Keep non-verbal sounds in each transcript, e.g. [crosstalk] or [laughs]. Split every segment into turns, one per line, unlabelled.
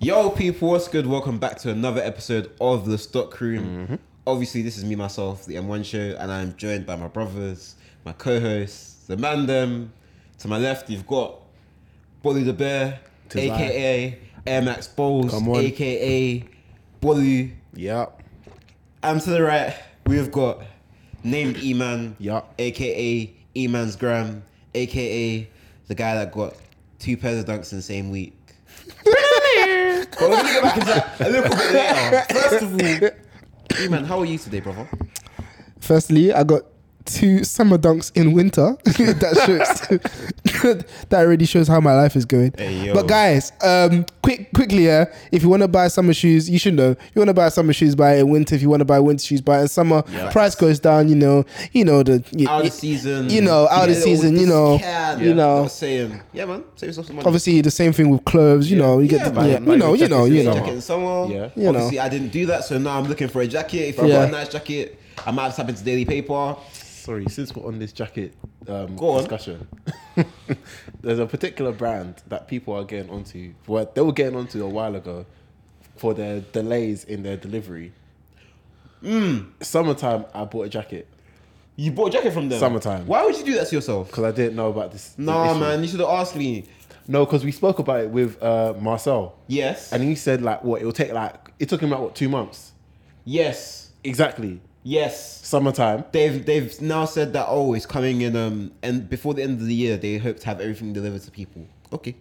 Yo, people, what's good? Welcome back to another episode of the Stock Room.
Mm-hmm.
Obviously, this is me myself, the M1 Show, and I'm joined by my brothers, my co-hosts, the man them. To my left, you've got Bolly the Bear,
Tis I.
aka Air Max Bowles,
Come on.
aka Bolly,
Yep.
and to the right, we've got named E Man,
Yeah.
aka E Man's Gram, aka the guy that got two pairs of dunks in the same week. but we're gonna get back into that a little bit later. First of all, E Man, how are you today, brother?
Firstly, I got two summer dunks in winter. [laughs] that shows [laughs] that already shows how my life is going.
Hey, yo.
but guys, um, quick quickly, yeah. If you want to buy summer shoes, you should know. You want to buy summer shoes, buy it in winter. If you want to buy winter shoes, buy it in summer. Price goes down. You know, you know the you,
Out of season,
you know, out of
Yeah,
season,
all
you
this
know,
can,
you
I
know.
was saying, yeah, man, save yourself some money.
Obviously, the same thing with clothes. You know, you
Yeah,
get the,
man,
yeah,
like
you know,
with
you know,
jackets
you
and
know.
stuff.
jacket in summer.
Yeah.
You know.
Obviously, I didn't do that, so now I'm looking for a jacket. If I
Yeah.
got a nice jacket, I might have to tap into Daily Paper.
Sorry, since we're on this jacket um,
Go on.
discussion, [laughs] there's a particular brand that people are getting onto. Well, they were getting onto a while ago for their delays in their delivery.
Hmm.
Summertime, I bought a jacket
You bought a jacket from them.
Summertime.
Why would you do that to yourself?
because I didn't know about this. the
Nah,
issue.
man, you should have asked me.
No, because we spoke about it with uh, Marcel,
Yes.
and he said like, what it'll take like it took him like what two months
yes.
exactly.
Yes.
Summertime.
They've they've now said that oh it's coming in um and before the end of the year they hope to have everything delivered to people. Okay.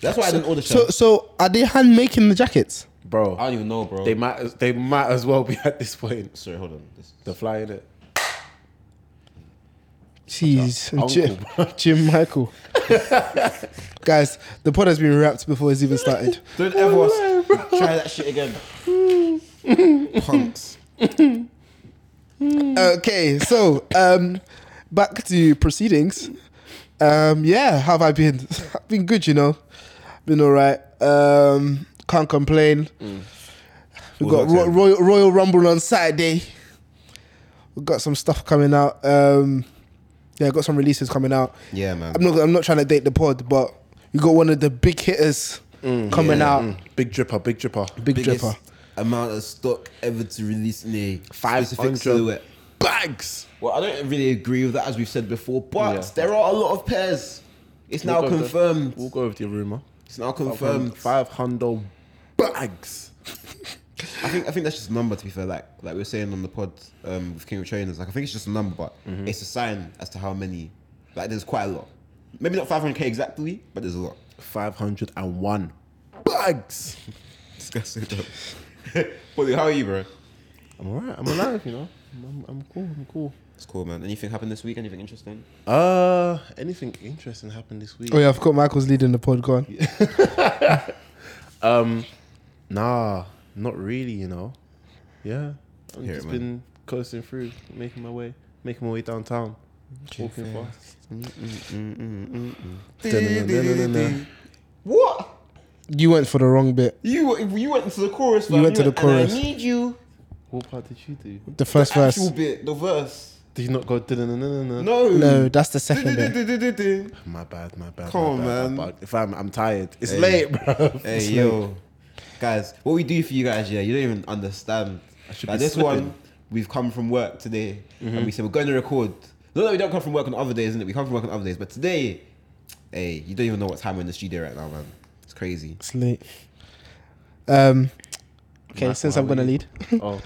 That's why I didn't order.
So,
So,
so are they hand making the jackets?
Bro,
I don't even know, bro.
they might as, they might as well be [laughs] at this point.
Sorry, hold on. This-
The fly in it.
Jeez,
Uncle,
Jim, Jim
[laughs]
Michael. Guys, the pod has been wrapped before it's even started.
[laughs] Don't ever s- try that shit again. Punks.
Okay, so um, back to proceedings. Um, yeah, how have I been? [laughs] I've been good, you know. Been all right. Um, can't complain. We
What
got
was that
Ro-
saying?
Royal, Royal Rumble on Saturday. We've got some stuff coming out. Um, yeah, got some releases coming out.
Yeah, man.
I'm not. I'm not trying to date the pod, but we got one of the big hitters coming
yeah.
out.
Mm. Big dripper, big dripper.
Big
Biggest
dripper.
amount of stock ever to release in a specific
500
silhouette.
bags.
Well, I don't really agree with that, as we've said before, but
Yeah.
there are a lot of pairs. It's now confirmed.
we'll go with the rumor.
It's now confirmed.
Five hundred bags.
I think I think that's just a number. To be fair, like like we were saying on the pod um, with King of Trainers, like I think it's just a number, but
Mm-hmm.
it's a sign as to how many. Like there's quite a lot. Maybe not 500k exactly, but there's a
[laughs]
lot.
Five hundred and one bags.
Disgusting. [laughs] But how are you, bro?
I'm alright. I'm alive. You know. I'm, I'm, I'm cool. I'm cool.
It's cool, man. Anything happened this week? Anything interesting?
Uh, anything interesting happened this week?
Oh yeah, I forgot Michael's leading the pod. Go on.
Um, nah, not really. You know. Yeah, I've
Hear it,
just
man.
been coasting through, making my way, making my way downtown, walking fast.
Mm,
Dun-dun-dun-dun-dun-dun.
What?
You went for the wrong bit.
You you went to the chorus.
You
man.
went to the
And
chorus.
I need you.
What part did you do?
The first verse.
Actual bit, the verse.
Did you not go? dun-dun-dun-dun-dun?
No.
No, that's the second bit.
Du-du-du-du-du-du.
My bad, my bad.
Come
my
on,
bad,
man.
my bad. If I'm, I'm tired. It's late, bro. [laughs]
Hey yo, guys, what we do for you guys, yeah, you don't even understand.
I should
Like
be
this
slipping. Mm-hmm.
one, we've come from work today, and we said we're going to record. No, no, we don't come from work on other days, isn't it? We come from work on other days, but today, hey, you don't even know what time we're in the studio right now, man. It's crazy.
It's late. Um. Okay,
Michael,
since
how
I'm
are
gonna
you?
lead.
Oh,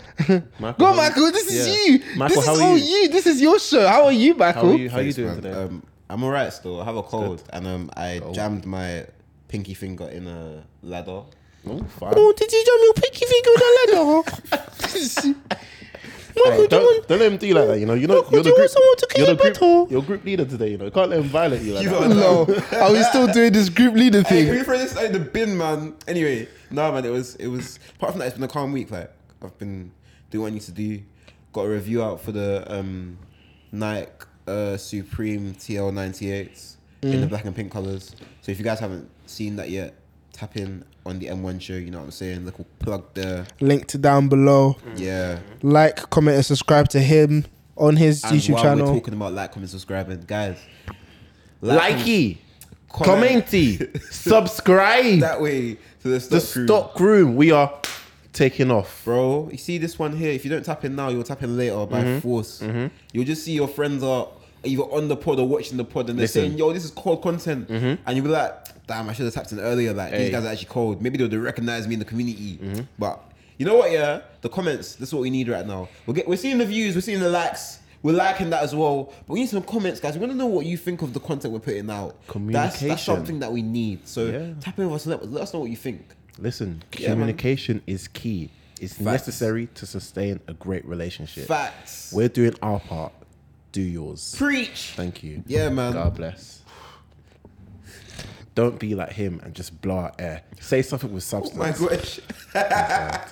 Michael,
Go,
how-
on, Michael. This is
Yeah.
you.
Michael,
this
how
is
are
all
you? Uh,
you? This is your show. How are you,
How
Michael?
are you? How are you
Thanks,
doing
man.
today?
Um, I'm alright still. I have a cold, and um, I jammed my pinky finger in a ladder.
Oh, fine.
Oh, did you jump your pinky finger with a
[laughs]
ladder?
Hey,
Michael, do
don't, don't let him do you like that. You know, you're not.
Michael,
You're the
do you
group.
want someone to kill
you're the
your butthole?
group. You're group leader today. You know, you can't let him violate you like
You
that.
are-
No, are we still doing this group leader
Hey, can we
thing?
throw this out in the bin, man? Anyway, no, man, it was, it was, apart from that, it's been a calm week. Like, I've been doing what I need to do. Got a review out for the um, Nike uh, Supreme TL98s in the black and pink colors. So if you guys haven't seen that yet, tap in on the M1 show, you know what I'm saying? Little plug there.
Linked down below.
Yeah.
Like, comment, and subscribe to him on his
And
YouTube
while
channel.
we're talking about like, comment, subscribe, and guys, like,
Likey.
Comment.
commenty, [laughs] subscribe.
that way to the stock
the
room.
stock room. We are taking off.
bro. You see this one here. If you don't tap in now, you'll tap in later by
Mm-hmm.
force. You'll just see your friends are either on the pod or watching the pod, and they're
Listen. Mm-hmm.
saying, "Yo, this is cold content," and you'll be like, "Damn, I should have tapped in earlier." Like
Hey. Mm-hmm.
these guys are actually cold. Maybe they'll recognize me in the community, but. You know what? Yeah, the comments. That's what we need right now. We're get, we're seeing the views. We're seeing the likes. We're liking that as well. But we need some comments, guys. We want to know what you think of the content we're putting out. That's,
Communication.
that's something that we need. So
Yeah.
tap in with us. and Let, let us know what you think.
Listen,
Yeah, man.
communication is key. It's necessary to sustain a great relationship.
Facts.
We're doing our part. Do yours.
Preach.
Thank you.
Yeah, man.
God bless. Don't be like him and just blow out air. Say something with
Oh my
substance.
gosh.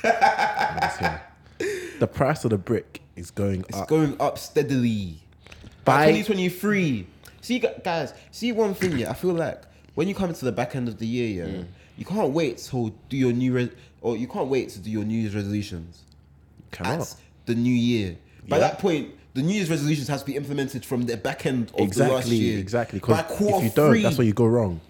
That's him. The price of the brick is going
[laughs] It's
up.
going up steadily. By
By-
2023. See, gu- guys, see one thing, yeah. I feel like when you come to the back end of the year, yeah,
Mm.
you can't wait to do your new, re- or you can't wait to do your New Year's resolutions.
Cannot.
That's the new year. By
Yeah.
that point, the New Year's resolutions has to be implemented from the back end of the last
Exactly,
year.
exactly.
By
Because if
quarter
you don't,
three,
that's where you go wrong.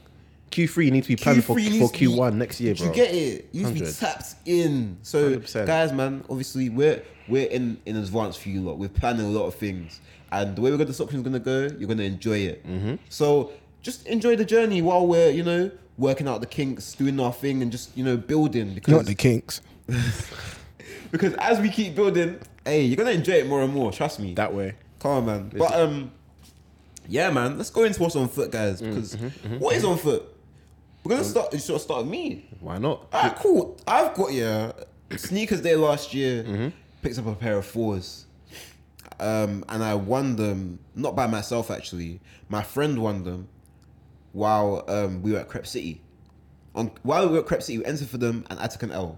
Q3 you need to be planning for,
Q3 needs
for
to be-
Q1 next year,
do
bro.
You get it. You need to be
100.
tapped in. So
100%.
guys, man, obviously we're we're in in advance for you lot. We're planning a lot of things, and the way we're going to option is going to go, you're going to enjoy it.
Mm-hmm.
So just enjoy the journey while we're you know working out the kinks, doing our thing, and just you know building
Not
because [laughs]
the kinks.
because as we keep building, hey, you're going to enjoy it more and more. Trust me.
that way.
Come on, man. But um, yeah, man. Let's go into what's on foot, guys.
Mm,
Because
mm-hmm,
what is on foot? We're
Um,
gonna start. You should start with me.
Why not?
Alright, cool. I've got yeah. Sneakers day last year. Picked up a pair of fours. Um, and I won them not by myself actually. My friend won them while um, we were at Crep City. On while we were at Crep City, we entered for them and I took an L.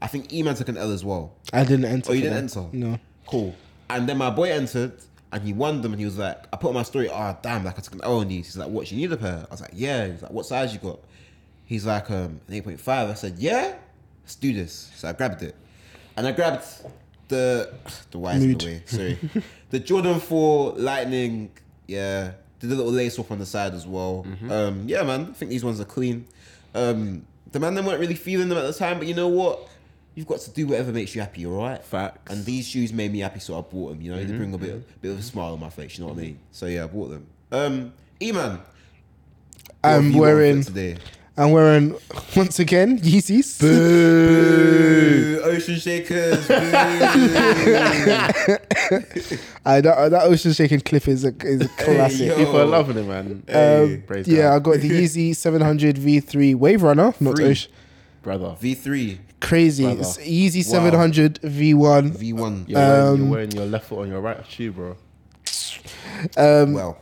I think Eman took an L as well.
I didn't enter.
Oh, you
for
didn't
that.
enter?
No.
Cool. And then my boy entered and he won them and he was like, I put on my story, oh damn, like I took an L on these. He's like, what, you need a pair? I was like, yeah. He's like, what size you got? He's like, um, an 8.5. I said, yeah, let's do this. So I grabbed it. And I grabbed the, [sighs] the wise in
Nude.
the way, sorry. [laughs] the Jordan 4 Lightning, yeah. Did a little lace up on the side as well.
Mm-hmm.
Um, yeah, man, I think these ones are clean. Um, the man then weren't really feeling them at the time, but you know what? You've got to do whatever makes you happy, all right?
Facts.
And these shoes made me happy, so I bought them. You know, they bring a bit, bit of a smile on my face. You know what I mean? So yeah, I bought them. Um, E-man, what have
I'm
you got on
wearing.
for today.
I'm wearing [laughs] once again Yeezys.
Boo, ocean
[laughs]
shakers. Boo.
I that, that ocean shaking clip is a
[laughs]
is a classic.
yo.
People are loving it, man.
Oh. Hey.
Um,
Praise
yeah, I
God.
got
[laughs]
the Yeezy 700 V3 Wave Runner, not
Three.
Ocean.
brother.
[laughs] V three,
Crazy.
Brother.
It's Yeezy 700 V1.
V one.
You're, wearing,
Um,
you're wearing your left foot on your right shoe, bro.
Um,
Well,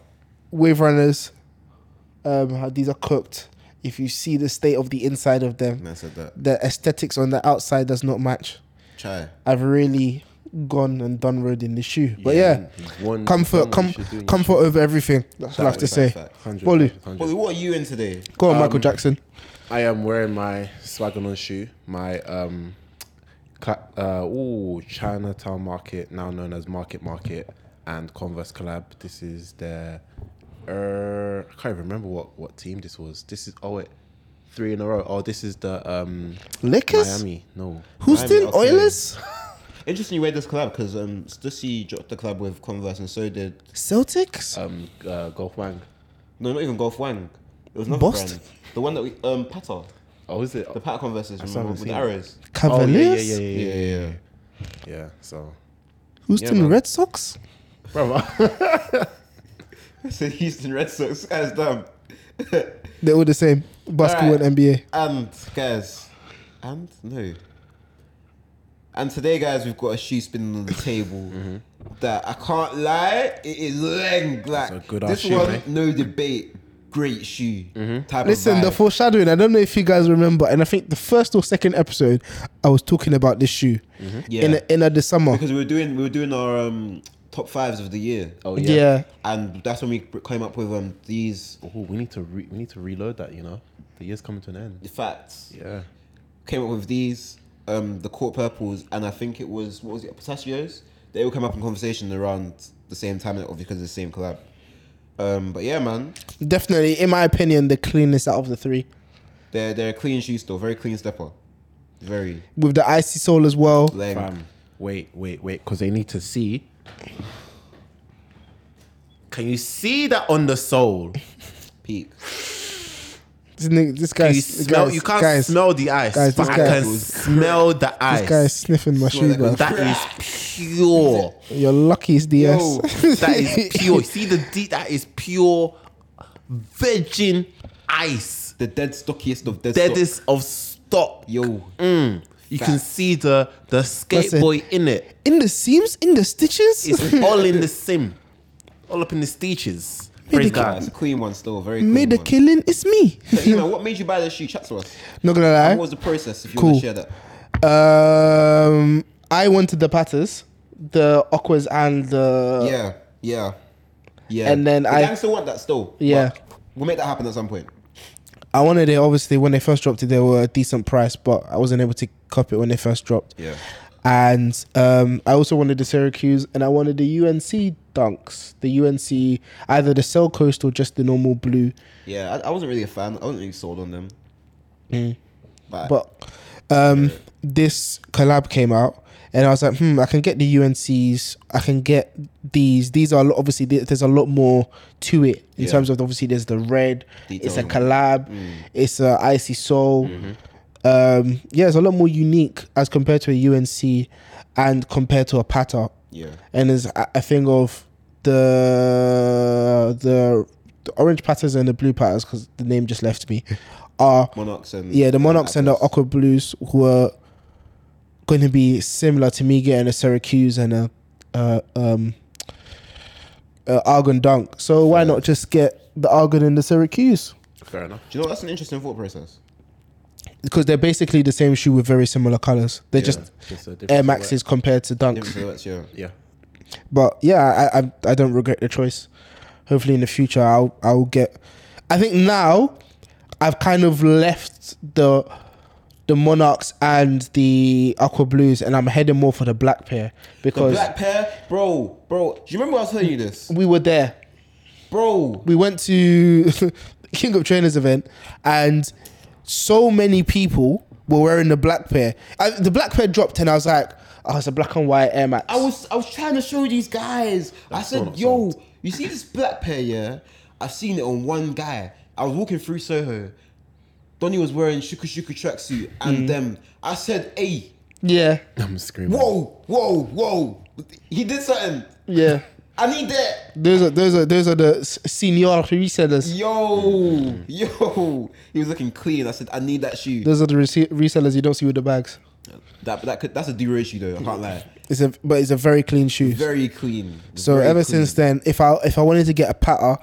Wave Runners. Um, how these are cooked. If you see the state of the inside of them,
I said that.
the aesthetics on the outside does not match.
Chai.
I've really gone and done road in the shoe. But yeah,
you've won-
comfort,
you've done
com-
Mm-hmm. what you should do in your
comfort over everything. That's what I have to
Fact,
say.
fact, fact.
Hundred,
Bolu.
hundred, hundred.
Well, what are you in today?
Go on, Michael Jackson.
I am wearing my swagger on shoe, my um, ca- uh, ooh, Chinatown Market, now known as Market Market, and Converse collab. This is their, uh, I can't even remember what what team this was. This is oh wait, three in a row. Oh, this is the um,
Lakers?
Miami. No,
Houston
Miami, okay.
Oilers?
Interesting you wear this collab because um, Stussy dropped the collab with Converse and so did
Celtics?
um, uh, Golf Wang.
no, not even Golf Wang. It was another
Bust?
brand. The one that we um Pata,
Oh, is it?
the Pata Converses,
still
remember
haven't
with the
seen it.
arrows.
oh yeah, yeah,
Cavaliers?
yeah, yeah, yeah, yeah.
yeah.
yeah so,
Houston
Yeah, man.
Red Sox?
[laughs] brother,
So Houston Red Sox, guys, damn.
They're all the same. Basketball
Alright.
and NBA.
[laughs] and guys, and no. And today, guys, we've got a shoe spinning on the table
[laughs] Mm-hmm.
that I can't lie, it is leng black.
That's a good-ass
this
shoe,
one,
mate.
no debate, great shoe
Mm-hmm.
type
Listen,
of
the
vibe.
foreshadowing, I don't know if you guys remember, and I think the first or second episode, I was talking about this shoe
Mm-hmm.
Yeah.
in, the, in the summer.
because we were doing we were doing our um, top fives of the year.
oh
yeah.
yeah.
and that's when we came up with um these
Oh, we need to re- we need to reload that. You know, the year's coming to an end.
facts.
Yeah.
Came up with these um the court purples, and I think it was what was it pistachios. They all came up in conversation around the same time, obviously because of the same collab. Um, but yeah, man,
Definitely, in my opinion, the cleanest out of the three.
they're they're a clean shoe still, very clean stepper, very
With the icy sole as well.
leg.
Fam, wait, wait, wait, because they need to see. Can you see that on the soul?
peak.
This, nigga- this
Can
guy's
you smell?
guys,
you can't
guys,
smell the ice,
guys,
but
this
I
guy-
can smell the ice.
This guy's sniffing my
Smell
shoe,
like
bro.
that is pure.
You're lucky it's DS.
Yo,
that
[laughs]
is pure. See the D. That is pure, virgin ice.
The dead stockiest of dead. stock.
Deadest of stock.
Yo,
Mm. You can
Facts.
see the the skateboy in it.
in the seams, in the stitches.
It's
[laughs]
all in the sim, all up in the stitches. Praise
that's a
God.
clean one still, very clean
Made a
one.
killing. It's me.
So, you know, what made you buy this shoe? Chat to us.
[laughs] Not gonna
What
lie.
was the process? If you
Cool.
want to share that,
Um, I wanted the patterns, the aquas, and the
yeah, yeah, yeah.
Uh, And then
the
I-
gang still want that still.
Yeah.
but we'll make that happen at some point.
I wanted it obviously when they first dropped it, they were a decent price, but I wasn't able to cop it when they first dropped.
Yeah.
And um, I also wanted the Syracuse and I wanted the UNC dunks, the UNC either the Cell Coast or just the normal blue.
Yeah, I, I wasn't really a fan. I wasn't really sold on them. But,
Mm. But um, this collab came out, and I was like, hmm, I can get the UNCs, I can get these. These are a lot- obviously there- there's a lot more to it in
Yeah.
terms of obviously there's the red, it's a
Details. Mm.
collab, it's a icy soul.
Mm-hmm.
Um, yeah, it's a lot more unique as compared to a UNC and compared to a patter.
yeah,
And there's a a thing of the the, the orange patterns and the blue patterns because the name just left me [laughs] are
Monarchs and
yeah, the Monarchs and the
Apples.
Aqua Blues were going to be similar to me getting a Syracuse and a, uh, um, a Argon Dunk. So why not just get the Argon and the Syracuse?
Fair enough.
Do you know what? that's an interesting thought process?
Because they're basically the same shoe with very similar colors. They're just
Just a different
Air
silhouette.
Maxes compared to Dunks.
Different silhouettes, yeah.
Yeah. [laughs]
But yeah, I, I I don't regret the choice. Hopefully in the future I'll I'll get. I think now I've kind of left the the Monarchs and the Aqua Blues, and I'm heading more for the black pair
The
because
black pair, bro, bro. Do you remember I was telling you this,
we were there.
bro?
We went to [laughs] King of Trainers event, and so many people were wearing the black pair. I, the black pair dropped, and I was like, "Oh, it's a black and white Air Max."
I was I was trying to show these guys. I
still
said,
not
yo,
sold.
you see this black pair, yeah? I've seen it on one guy. I was walking through Soho. Donny was wearing Shuku Shuku tracksuit
Mm.
and them. I said, hey,
yeah,
I'm screaming.
whoa, whoa, whoa. He did something.
yeah.
I need that.
Those are those are those are the s- senior resellers.
Yo, yo. He was looking clean. I said, I need that shoe.
Those are the rese- resellers you don't see with the bags.
That that could, that's a Dura shoe though. I can't lie.
It's a but it's a very clean shoe.
Very clean.
so
Very
ever
clean.
since then, if I if I wanted to get a patter,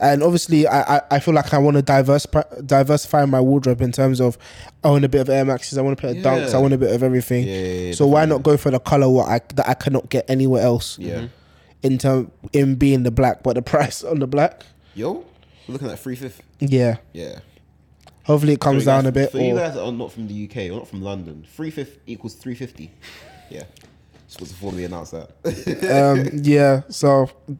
and obviously I, I, I feel like I want to diverse diversify my wardrobe in terms of I want a bit of Air Maxes, I want a bit of Dunks,
Yeah.
I want a bit of everything.
Yeah, yeah, yeah,
so why not go for the color what I that I cannot get anywhere else?
Yeah. Mm-hmm.
In term in being the black, but the [laughs] price on the black,
Yo, we're looking at three fifth.
yeah.
Yeah.
Hopefully it comes
For you
down
guys-
a bit.
For you
or-
guys that are not from the UK or not from London, three fifth equals three fifty. Yeah. Just was to formally announce that. [laughs]
[laughs]
um, yeah. So d-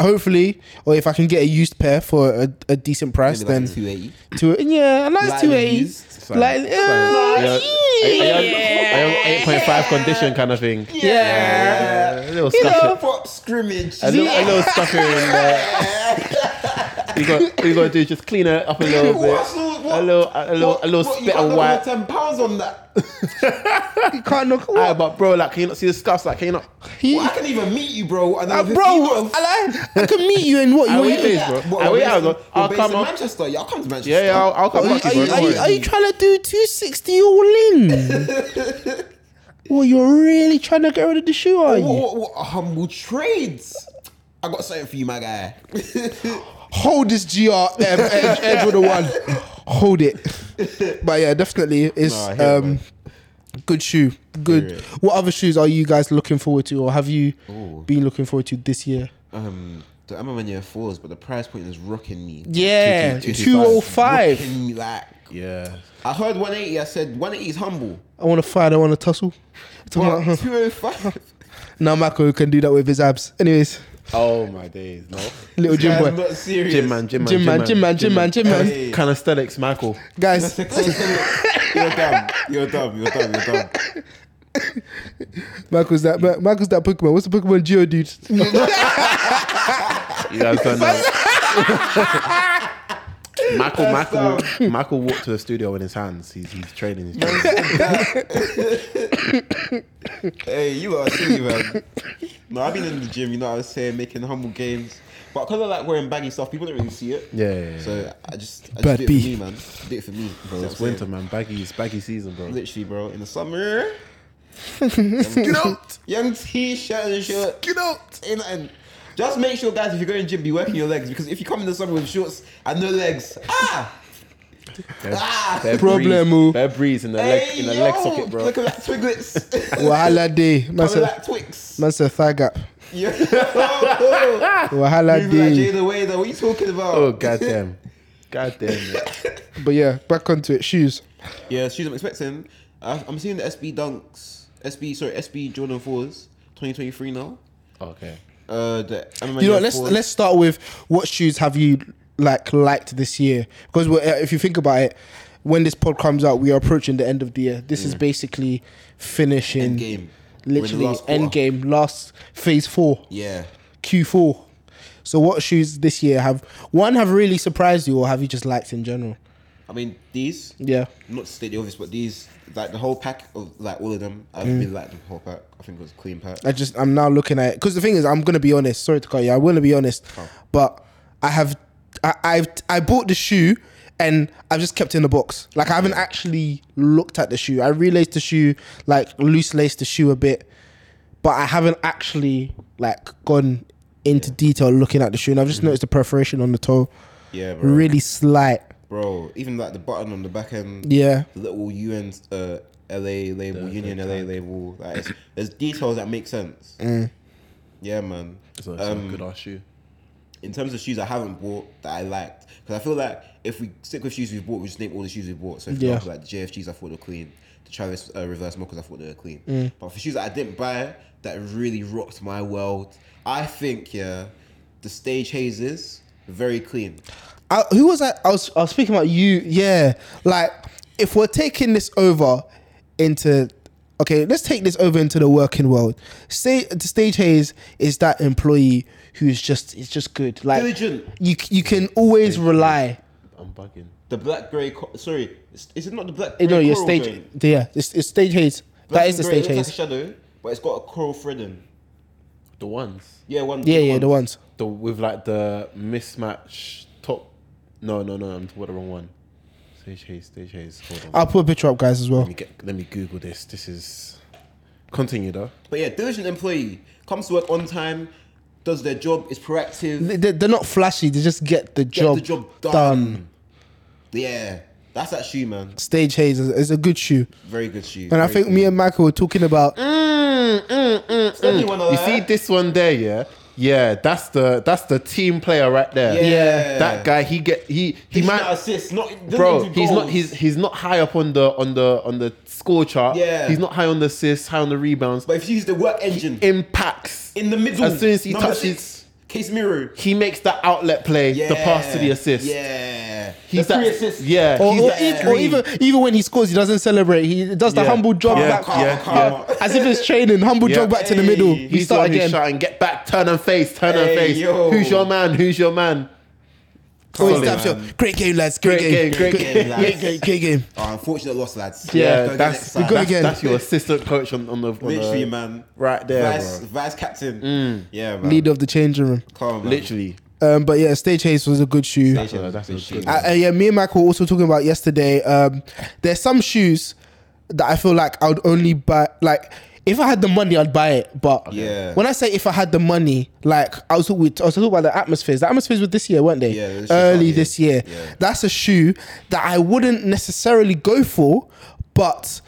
hopefully, or if I can get a used pair for a, a decent price,
Maybe
then
like two eighty.
two. Yeah, a nice
Lightly
two eighties.
used.
Fine.
Like,
Fine.
uh,
Yeah. Are you- are you on 8.5 condition kind of thing.
Yeah.
A little
You
scuffing.
know.
Prop scrimmage.
A little, a little scuffing. Uh, [laughs] you got, what you got to do is just clean it up a little bit.
What? What?
A little, a little,
What-
a little
what, you
spit
can't
of
knock
white.
another Ten pounds on that.
You can't knock.
Aye,
What?
but bro, like, can you not see the scuffs? Like, can you not?
He,
Well, I can even meet you, bro. And
uh,
I'm
bro, I, like, I can meet you in what
I
you
wait
eat.
days, bro. I wait out, bro. I'll come
in
on.
Manchester. Yeah, I'll come to Manchester.
Yeah, yeah, I'll, I'll
Are
come
you,
back.
are,
to you,
you,
bro.
are,
Don't worry.
you, are you trying to do 260 all in?
[laughs]
well, you're really trying to get rid of the shoe, are
What,
you?
what, what, humble trades. I got something for you, my guy. [laughs]
Hold this GR um, edge, edge with a one. Hold it. But yeah, definitely it's
Nah, I hear it,
um, good shoe.
Hear
Good.
it.
What other shoes are you guys looking forward to, or have you been looking forward to this year?
um, the I'm on year fours, but the price point is rocking me.
Yeah,
Two- two- two-
two oh five.
Rocking me like.
Yeah.
I heard 180. I said 180 is humble. oh
I want to fight. I want to tussle.
But 205.
[laughs]
Now Marco can do that with his abs. Anyways,
Oh my days,
[laughs]
no.
Little gym
Guys,
boy.
not serious.
Jim man, Jim man,
Gym man, gym man, gym man, gym man.
Hey.
Kind of Stelix Michael.
[laughs]
Guys,
[laughs] you're dumb. You're dumb. You're dumb. You're dumb.
Michael's that Ma- Michael's that Pokemon. What's the Pokemon Geo
[laughs]
dude?
You guys don't know. Michael,
That's
Michael, Michael walked to the studio with his hands. He's, he's training. He's training.
Hey, you are
[coughs]
silly, man. No, I've been in the gym, you know what I'm saying, making humble gains. But because I like wearing baggy stuff, people don't really see it.
Yeah, yeah, yeah.
So I just, I
Bad
just did it
B.
for me, man. Did it for me.
bro,
See what
it's
I'm
winter,
saying?
man. Baggy, it's baggy season, [laughs] bro.
Literally, bro. In the summer,
Get out,
young t-shirt and short.
get out.
in and just make sure, guys, if you're going to gym, be working your legs because if you come in the summer with shorts and no legs, ah, Ah!
Problemo.
Bear breeze in the leg,
hey,
in the
yo,
leg socket, bro.
Look at that twiglets.
Wahala day.
[laughs] Look at
[laughs]
Massa,
that Twix.
massa thigh gap.
Yo. [laughs] Moving
Wahala
like
day.
Jada Wader, what are you talking about?
Oh goddamn, goddamn. yeah.
But yeah, back onto it. Shoes.
[laughs] Yeah, shoes I'm expecting. I, I'm seeing the SB Dunks, SB sorry SB Jordan fours, 2023 now.
Okay.
Uh, the MMA
You know,
Air
let's
Force.
let's start with what shoes have you like liked this year? Because if you think about it, when this pod comes out, we are approaching the end of the year. This is basically finishing
End game. We're in the
literally
last quarter.
end game, last phase four,
Yeah.
Q four. So, what shoes this year have one have really surprised you, or have you just liked in general?
I mean these.
Yeah,
Not to state the obvious, but these like the whole pack of like all of them. I've been like the whole pack. I think it was a clean pack.
Mm. I just I'm now looking at it because the thing is I'm gonna be honest. Sorry to cut you. I'm gonna be honest, but I have I, I've I bought the shoe and I've just kept it in the box. Like I haven't actually looked at the shoe. I relaced the shoe, like loose laced the shoe a bit, but I haven't actually like gone into detail looking at the shoe. And I've just noticed the perforation on the toe,
Yeah, bro.
really slight.
Bro, even like the button on the back end.
Yeah,
The little UN uh, LA label, Union LA label. Like, it's, there's details that make
[laughs]
sense.
Mm.
Yeah, man.
So it's
Um,
a good ass shoe.
in terms of shoes I haven't bought that I liked, because I feel like if we stick with shoes we've bought, we just name all the shoes we bought. So for
Yeah.
example, like the JFGs, I thought they were clean. The Travis uh, Reverse Mockers, I thought they were clean.
Mm.
But for shoes that I didn't buy, that really rocked my world, I think, yeah, the Stage Hazes, very clean.
I, who was I? I was, I was speaking about you. Yeah, like if we're taking this over into, okay, let's take this over into the working world. Say the stage haze is that employee who's just is just good. Like
Diligent.
You c- you can always rely.
I'm bugging.
The black grey, co- sorry, is- is it not the black grey
You know your
coral
stage.
grain?
Yeah, it's, it's stage haze.
Black
that is
and
the
grey,
stage
it looks
haze.
like a shadow, but it's got a coral thread in.
The ones.
Yeah, one.
yeah, yeah, the ones.
The with like the mismatch top. No, no, no. I'm talking about the wrong one. Stage haze. Stage haze. Hold on.
Uh,
I'll put a picture up, guys, as well.
Let me get, let me Google this. This is. Continue though.
But yeah, diligent employee comes to work on time, does their job, is proactive.
They- They're, they're not flashy. They just get the
Get
job,
the job done. Yeah, that's that shoe, man.
Stage haze is, is a good shoe,
Very good shoe.
and I think me and Michael were talking about.
everyone
You see this one there, yeah, yeah. That's the that's the team player right there.
Yeah. Yeah.
that guy. He get he he
he might
might.
assist. Not doesn't
Bro,
need to
he's
goals.
not he's he's not high up on the on the on the score chart.
Yeah.
he's not high on the assists, high on the rebounds.
But if you use the work engine
impacts
in the middle,
As soon as he
number
touches-
six, Case Miro.
he makes that outlet play,
Yeah.
the pass to the assist.
Yeah,
He's
the
that,
three assists.
Yeah,
Or,
he's
or
that
ev- or
screen.
even even when he scores, he doesn't celebrate. He does the
Yeah.
humble jog
Yeah,
back,
Karma,
yeah,
karma, karma.
as if it's training. Humble
Yeah.
jog back to the middle.
Hey,
We
he's the one
start
who's
again.
shouting, get back, turn and face, turn and
Hey,
face.
yo.
Who's your man? Who's your man?
Oh, he
Solid,
taps
man.
you. Great game, lads. Great,
Great
game.
game, great
game, lads.
Great game. Great game.
Oh, unfortunate loss, lads.
Yeah,
Go get
that's
next time.
we got-
that's,
again.
that's your assistant coach on, on the on
literally,
the,
man.
right there,
vice,
bro.
vice captain. Yeah, man.
Leader of the changing room.
Come on, man.
Literally,
Um, but yeah, stage haze was a good shoe.
That's a-
That's a
good
good
shoe.
one.
I- I- yeah, me and Mike were also talking about yesterday. Um, there's some shoes that I feel like I would only buy. Like, if I had the money, I'd buy it. But
Yeah.
when I say if I had the money, like I was, we, I was talking about the atmospheres. The atmospheres were this year, weren't they?
Yeah, they were
Early
shit
this
out
year.
here. Yeah.
That's a shoe that I wouldn't necessarily go for, but.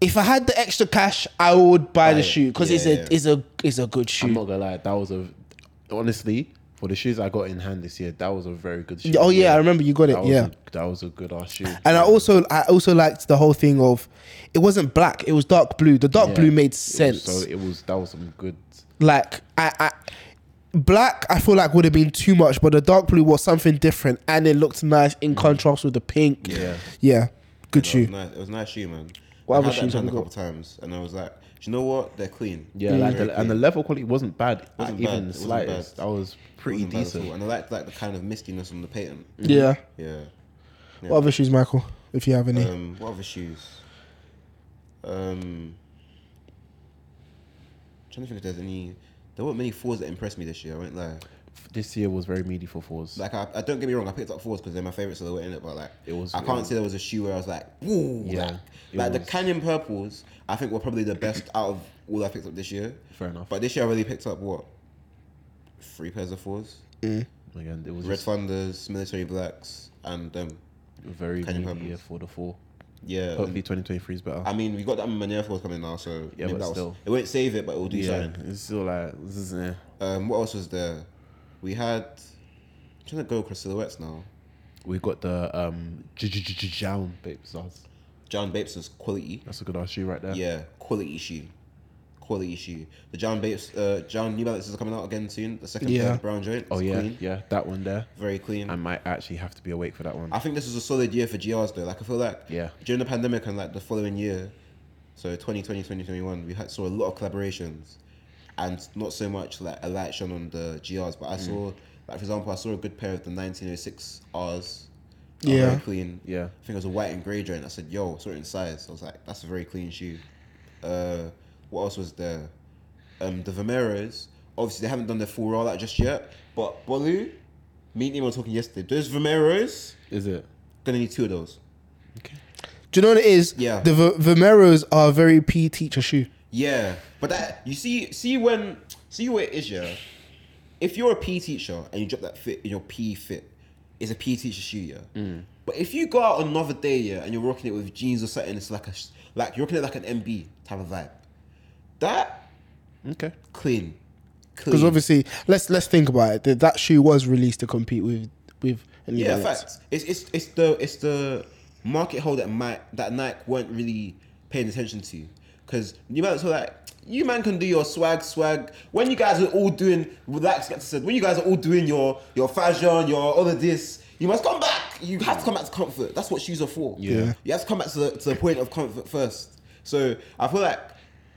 If I had the extra cash, I would buy the
it.
shoe because it's
Yeah,
a
yeah.
it's a it's a good shoe.
I'm not gonna lie, that was a honestly for the shoes I got in hand this year, that was a very good shoe.
oh yeah, I remember you got it.
That was
yeah,
a, that was a good ass shoe.
And I also I also liked the whole thing of it wasn't black, it was dark blue. The dark
Yeah.
blue made
It was-
sense.
So it was that was some good.
like I, I black I feel like would have been too much, but the dark blue was something different and it looked nice in contrast with the pink.
Mm. Yeah.
Yeah. Good
It was,
shoe.
nice. it was a nice shoe, man.
What
I
other
had that
shoes
done
have you
a couple
got?
times, and I was like, do you know what? They're clean.
Yeah,
They're
like
very
the, and the
clean.
level quality wasn't bad,
Mm. Wasn't
even
bad, it
the
wasn't
slightest.
bad.
That was pretty
Wasn't bad at all.
decent.
And I liked like the kind of mistiness on the patent.
Yeah.
Yeah.
What other shoes, Michael? If you have any.
Um, what other shoes? Um, trying to think if there's any. There weren't many fours that impressed me this year. I won't lie.
This year was very meaty for fours.
Like I, I don't get me wrong, I picked up fours because they're my favorites, so they were in it. But like,
It was-
I
it
can't
was-
say there was a shoe where I was like, ooh,
Yeah,
like,
it
like the
was-
Canyon purples. I think were probably the best out of all I picked up this year.
Fair enough.
But this year I really picked up what three pairs of fours:
Again, it was
Red
just
Thunders, Military Blacks, and um,
a very
Kind of
meaty
purpose.
year for the four.
yeah.
Hopefully, 2023 is better.
I mean, we got that Manera fours coming now, so
Yeah,
maybe that
but
was-
still.
it won't save it, but it will do
yeah,
something.
it's still like this is eh.
Um, what else was there? We had I'm trying to go across silhouettes now.
We got the um Jown babes. That's
John Bates was quality.
that's a good ass shoe right there.
Yeah, quality shoe. Quality shoe. The John Bates, uh, John New Balances are coming out again soon. The second pair,
Yeah.
the brown joint.
Oh
It's
yeah, Um,
clean.
yeah, that one there.
Very clean.
I might actually have to be awake for that one.
I think this was a solid year for GRs though. Like I feel like
Yeah.
during the pandemic and like the following year, so 2020, 2021, we had saw a lot of collaborations, and not so much like a light shone on the GRs. But I
Mm.
saw, like for example, I saw a good pair of the 1906 Rs. that were
Yeah.
very clean.
Yeah.
I think it was a white and grey joint. I said, "Yo, I saw it in size." I was like, "That's a very clean shoe." Uh, what else was there? Um, the Vomeros. Obviously, they haven't done their full rollout just yet. But Bolu, me and him were talking yesterday. Those Vomeros
Is it?
gonna need two of those.
Okay.
Do you know what it is?
Yeah.
The v- Vomeros are very P teacher shoe.
Yeah, but that you see, see when see where it is. Yeah, if you're a P teacher and you drop that fit in your P fit, it's a P teacher shoe. Yeah, but if you go out on another day, yeah, and you're rocking it with jeans or something, it's like a sh- like you're rocking it like an MB type of vibe. That
Okay.
clean, clean.
Because obviously, let's let's think about it. That, that shoe was released to compete with with a New
yeah,
Balance.
facts. It's it's it's the it's the market hole that might that Nike weren't really paying attention to because New Balance were like, you man can do your swag swag. When you guys are all doing relax, get said when you guys are all doing your your fashion, your all of this, you must come back. You have to come back to comfort. That's what shoes are for.
Yeah.
you have to come back to the, to the point of comfort first. So I feel like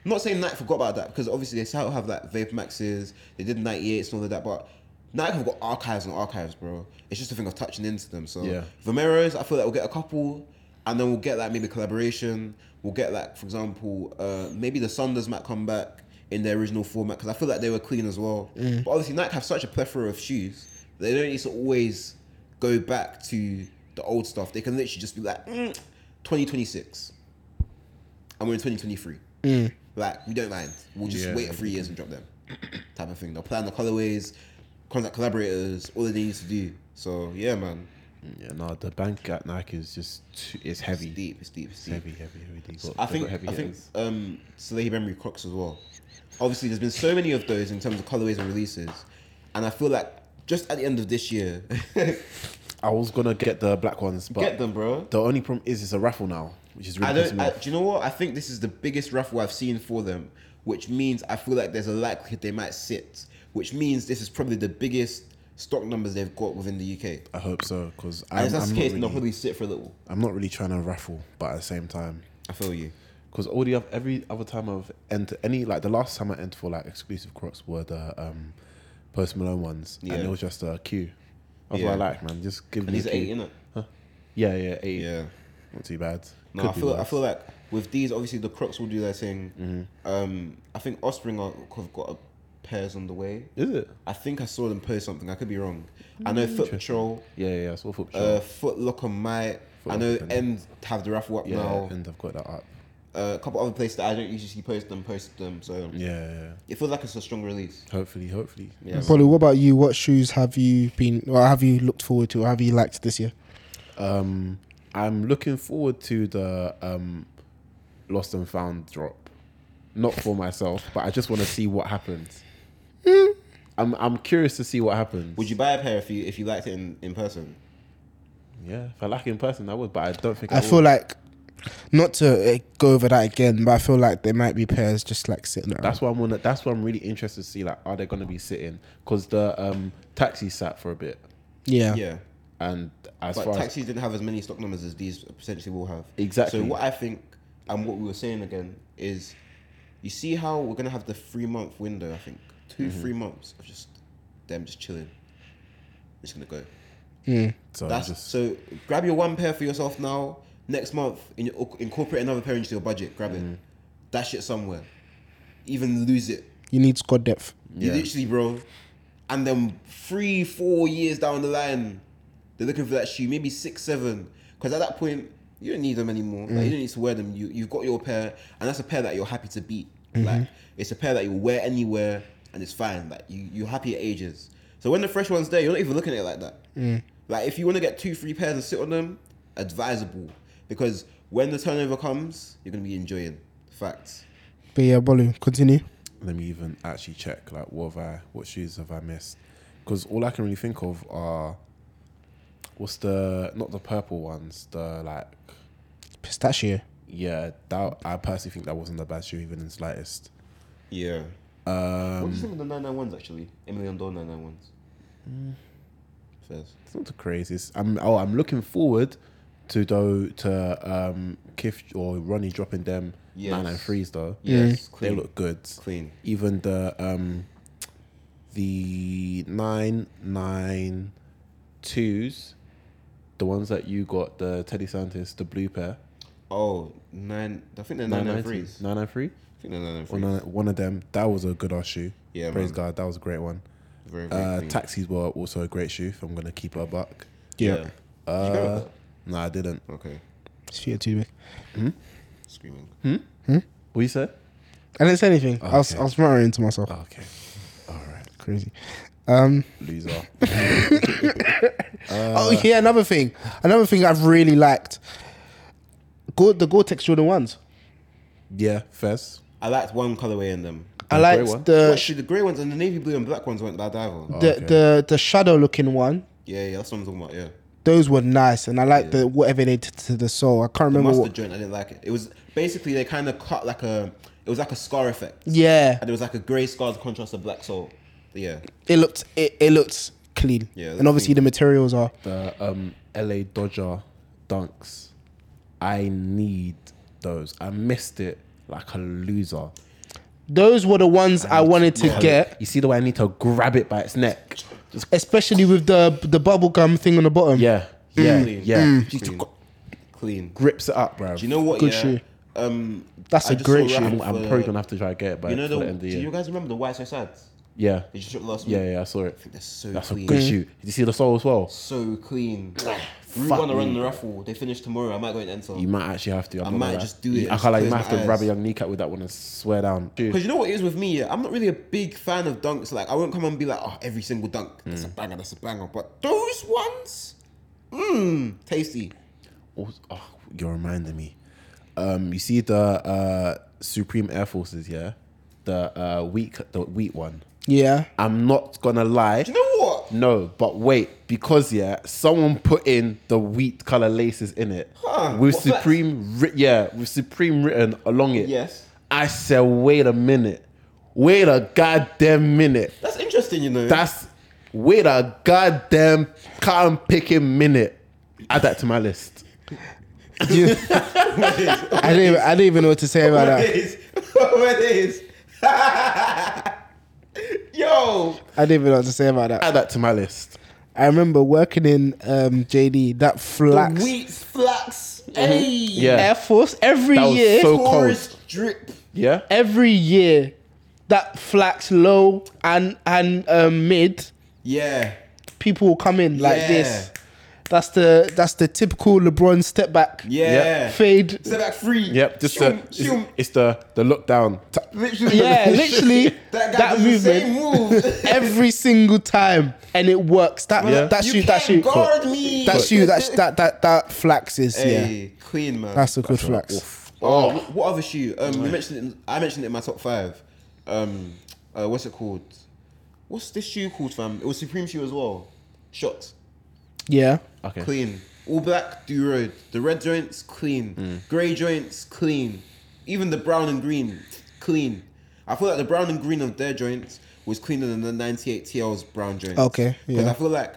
I'm not saying Nike forgot about that because obviously they still have like Vape Maxes, they did 98s and all of that, but Nike have got archives and archives, bro. It's just a thing of touching into them. So
Yeah.
Vomeros, I feel like we'll get a couple and then we'll get like maybe collaboration. We'll get like, for example, uh, maybe the Sunders might come back in their original format because I feel like they were clean as well. But obviously, Nike have such a plethora of shoes, they don't need to always go back to the old stuff. They can literally just be like, mm, 2026 and we're in 2023. Like, we don't mind. We'll just
Yeah.
wait three years and drop them, type of thing. They'll plan the colorways, contact collaborators, all that they need to do. So yeah, man,
Yeah, no, the bank at Nike is just too,
it's
it's heavy.
deep, it's deep, it's
It's
deep.
heavy, heavy, heavy. They got,
I
they
think
got heavy
I think
hitters.
um, Salehi Memory Crocs as well. Obviously, there's been so many of those in terms of colorways and releases, and I feel like just at the end of this year, [laughs]
I was gonna get the black ones, but
get them, bro.
the only problem is it's a raffle now, which is really
I
pissing
don't.
me
I,
off.
do you know what? I think this is the biggest ruffle I've seen for them, which means I feel like there's a likelihood they might sit. Which means this is probably the biggest stock numbers they've got within the UK. And
I hope so because I'm,
if that's
I'm,
the case, then
not
they'll probably
really,
sit for a little.
I'm not really trying to raffle, but at the same time,
I feel you.
because all the other, every other time I've entered any like the last time I entered for like exclusive crops were the um, Post Malone ones,
Yeah.
and it was just a queue. That's
Yeah.
what I like, man. Just give
And
me
these
a
are
queue.
eight, innit?
Huh? Yeah, yeah, eight.
Yeah.
Not too bad.
No,
Could
I
be
feel. I
worse. Mm-hmm.
feel like with these, obviously the Crocs will do their thing. Um, I think Offspring are, have got a pairs on the way.
Is it?
I think I saw them post something. I could be wrong. I
Mm-hmm.
know Foot Patrol,
Yeah, yeah. I saw football.
uh, Foot Locker might.
Foot
I know
Locker, yeah.
End have the raffle up
yeah,
now.
and I've got that up.
uh, a couple other places that I don't usually see post them, post them. So
Yeah, yeah, yeah.
it feels like it's a strong release.
Hopefully, hopefully.
Yeah.
Polly, what about you? What shoes have you been, or have you looked forward to, or have you liked this year?
Um, I'm looking forward to the um, Lost and Found drop. Not for myself, but I just want to see
[laughs]
what happens. I'm I'm curious to see what happens.
Would you buy a pair if you if you liked it in, in person?
Yeah, if I like it in person, I would, but I don't think I,
I feel
will.
like Not to uh, go over that again, but I feel like there might be pairs just like sitting around.
That's why I'm wanna, That's why I'm really interested to see like are they gonna be sitting? Because the um, taxi sat for a bit,
yeah.
Yeah.
and as
But
far as
taxis didn't have as many stock numbers as these potentially will have.
Exactly.
So what I think and what we were saying again is, you see how we're gonna have the three month window. I think 2
Mm-hmm.
three months of just them just chilling. It's gonna go.
so
That's
just-
so. Grab your one pair for yourself now. Next month, in, incorporate another pair into your budget. Grab
Mm-hmm.
it. Dash it somewhere. Even lose it.
You need squad depth.
You
Yeah.
literally, bro. And then three, four years down the line, they're looking for that shoe. Maybe six, seven. Because at that point, you don't need them anymore. Like, you don't need to wear them. You you've got your pair, and that's a pair that you're happy to beat. Like it's a pair that you wear anywhere, and it's fine. Like you you're happy at ages. So when the fresh one's there, you're not even looking at it like that. Like if you want to get two, three pairs and sit on them, advisable. Because when the turnover comes, you're gonna be enjoying. Facts.
But yeah, Bolu, continue.
let me even actually check like what have I what shoes have I missed? Because all I can really think of are what's the not the purple ones, the like
Pistachio.
yeah that I personally think that wasn't the best shoe even in slightest.
Yeah. what do you
Um,
think of the 991s actually? Emilion Dole 991s. Mm. First.
it's not the craziest. I'm oh I'm looking forward to though to um Kif or Ronnie dropping them
Yes.
nine nine threes though.
Yes,
they
clean.
look good.
clean.
Even the um the nine nine twos, the ones that you got, the Teddy Santis, the blue pair.
Oh, nine. I think they're 993s.
993?
I think they're
Or
993s.
nine, one of them. That was a good ass shoe.
Yeah,
Praise
man.
God, that was a great one.
Very, very
Uh,
clean.
taxis were also a great shoe. If I'm gonna keep it a buck.
Yeah. Did you go
Uh,
with
no, I didn't.
Okay.
It's for you too big.
Screaming.
What you said?
I didn't say anything. I was
Okay.
I was muttering to myself.
Oh,
Okay, all right,
Crazy. Um,
loser.
[laughs]
Uh,
oh yeah, another thing. Another thing I've really liked. Go the Gore-Tex Jordan ones.
yeah, Fez.
I liked one colorway in them.
The
I
grey
liked
one?
the
Actually, the grey ones and the navy blue and black ones weren't bad either.
the,
okay.
the the shadow looking one.
Yeah, yeah, that's what I'm talking about. Yeah.
Those were nice, and I liked the whatever they did to the soul. I can't
The
remember
mustard
what.
joint, I didn't like it. It was basically they kind of cut like a. It was like a scar effect.
Yeah,
And it was like a grey scar to contrast to black soul. Yeah.
it looked it, it looked clean.
Yeah, it looked
and obviously the materials are.
the um LA Dodger dunks. I need those. I missed it like a loser.
Those were the ones I, wanted to get,
You see the way I need to grab it by its neck. Just
especially with the the bubble gum thing on the bottom.
yeah, yeah,
Clean.
Mm. yeah. Just
Clean. Clean.
grips it up, bro.
Mm. Do you know what?
Good
yeah?
shoe.
Um,
That's
a
a great shoe.
I'm, I'm probably gonna have to try and get it by
uh, You know
for
the,
the, end of the
do you
year.
guys remember the White So Sads?
Yeah,
They just dropped last week.
yeah, yeah. I saw it.
They're so
That's a
clean.
good shoe. Did you see the sole as well?
So
[clears throat]
clean. Route
Fuck
one are
me.
running the raffle. They finish tomorrow. I might go and enter.
You might actually have to.
I
I'm not gonna
might
lie.
just do
You-
it.
I
Just
can't lie. You
close
might
my
have to
eyes.
grab a young kneecap with that one and swear down.
Because you know what it is with me, yeah? I'm not really a big fan of dunks. Like, I won't come and be like, oh, every single dunk,
Mm.
that's a banger, that's a banger. But those ones, mmm, tasty.
Also- oh, you're reminding me. Um, you see the uh, Supreme Air Forces, yeah, the uh, weak, the wheat one.
yeah.
I'm not gonna lie.
Do you know what?
No, but wait, because yeah, someone put in the wheat color laces in it
Huh,
with
what flex?
Supreme, writ yeah, with Supreme written along it.
Yes.
I said, wait a minute, wait a goddamn minute.
That's interesting, you know.
That's wait a goddamn cotton picking minute. Add that to my list.
You- I didn't even, I didn't even know what to say
[laughs]
about
what
that.
it [laughs] is. What it is. [laughs] Yo.
I didn't even know what to say about that.
Add that to my list.
I remember working in um, JD that flax
Wheat, flax, hey.
Yeah.
Air Force every
That was
year.
so cold.
Forest drip.
Yeah.
every year, that flax low and and um, mid
Yeah.
people will come in like
Yeah.
this. That's the that's the typical LeBron step back
Yeah. [laughs]
fade.
Step back free.
Yep. Just the,
Shoom,
it's,
shoom.
it's the the lockdown. Ta-
Literally.
uh, Yeah, literally
[laughs] That
that,
guy does the
movement
same move.
[laughs] every single time, and it works. That
Yeah.
that's
you
you, that's
can't
you,
guard me.
that's you,
[laughs]
that's that that that flax is yeah.
Hey, clean man.
That's a good flex.
oh, wh- what other shoe? Um, you mentioned it. In, I mentioned it in my top five. Um, uh, what's it called? What's this shoe called, fam? It was Supreme shoe as well. Shots.
Yeah.
Okay.
Clean. All black do road. The red joints clean.
Mm.
Grey joints clean. Even the brown and green clean. I feel like the brown and green of their joints was cleaner than the 98 TL's brown joints.
Okay,
'Cause
yeah.
I feel like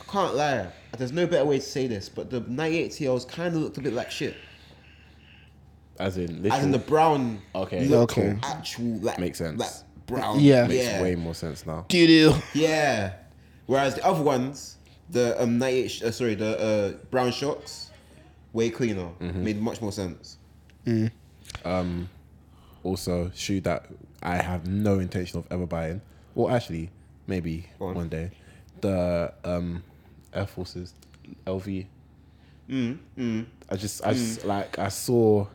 I can't lie. There's no better way to say this, but the 98 TLs kind of looked a bit like shit.
As in,
As in the
literal-
brown.
Okay.
looked
Okay.
Actual like
Makes sense.
Like brown.
Yeah.
makes
yeah.
way more sense now.
Do do.
Yeah. Whereas the other ones, the um, 98, sh- uh, sorry, the uh, brown shocks, way cleaner.
Mm-hmm.
Made much more sense.
Also, shoe that I have no intention of ever buying, or actually, maybe
Go on.
one day, the um, Air Forces LV.
Mm, mm,
I just, I just like, I saw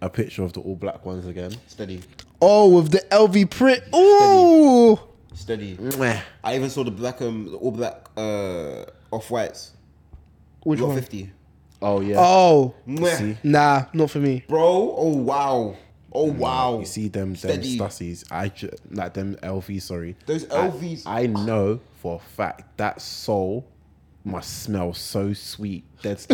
a picture of the all black ones again.
steady,
Oh, with the LV print. Ooh.
steady.
Mwah.
I even saw the black, um, the all black uh, off whites.
Which
Lot
one?
50.
Oh yeah.
Oh,
Mwah.
See?
nah, not for me.
Bro, oh wow. Oh
Mm,
wow.
You see them, them
Steady.
Stussies. I ju- like them LV. Sorry,
Those
I-
LVs.
I, know for a fact that soul must smell so sweet.
[laughs]
That's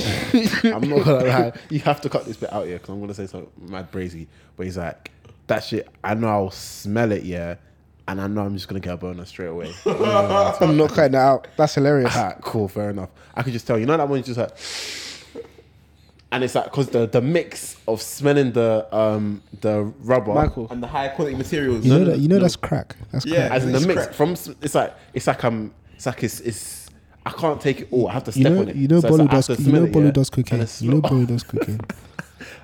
I'm not gonna lie. You have to cut this bit out here because I'm gonna say something mad brazy. But he's like, that shit. I know I'll smell it, yeah, and I know I'm just gonna get a bonus
[laughs]
straight away.
I'm not cutting that out. That's hilarious.
Ah,
Alright, cool, fair enough. I could just tell. You know that one just like, and it's like because the the mix of smelling the um the rubber.
Michael.
and the high quality materials.
You know that. You know that's crack. That's
Yeah.
as
crack.
in the
It's
mix
crack.
from s- it's like it's like um it's like it's it's I can't take it all. I have to step
You know,
on it.
you know,
So it's
Bolu
like, I have
does,
to
you
smell
know,
it,
Bolu
yeah,
does
and
cocaine.
then [laughs]
You know,
smell-
Bolu does cocaine.
[laughs]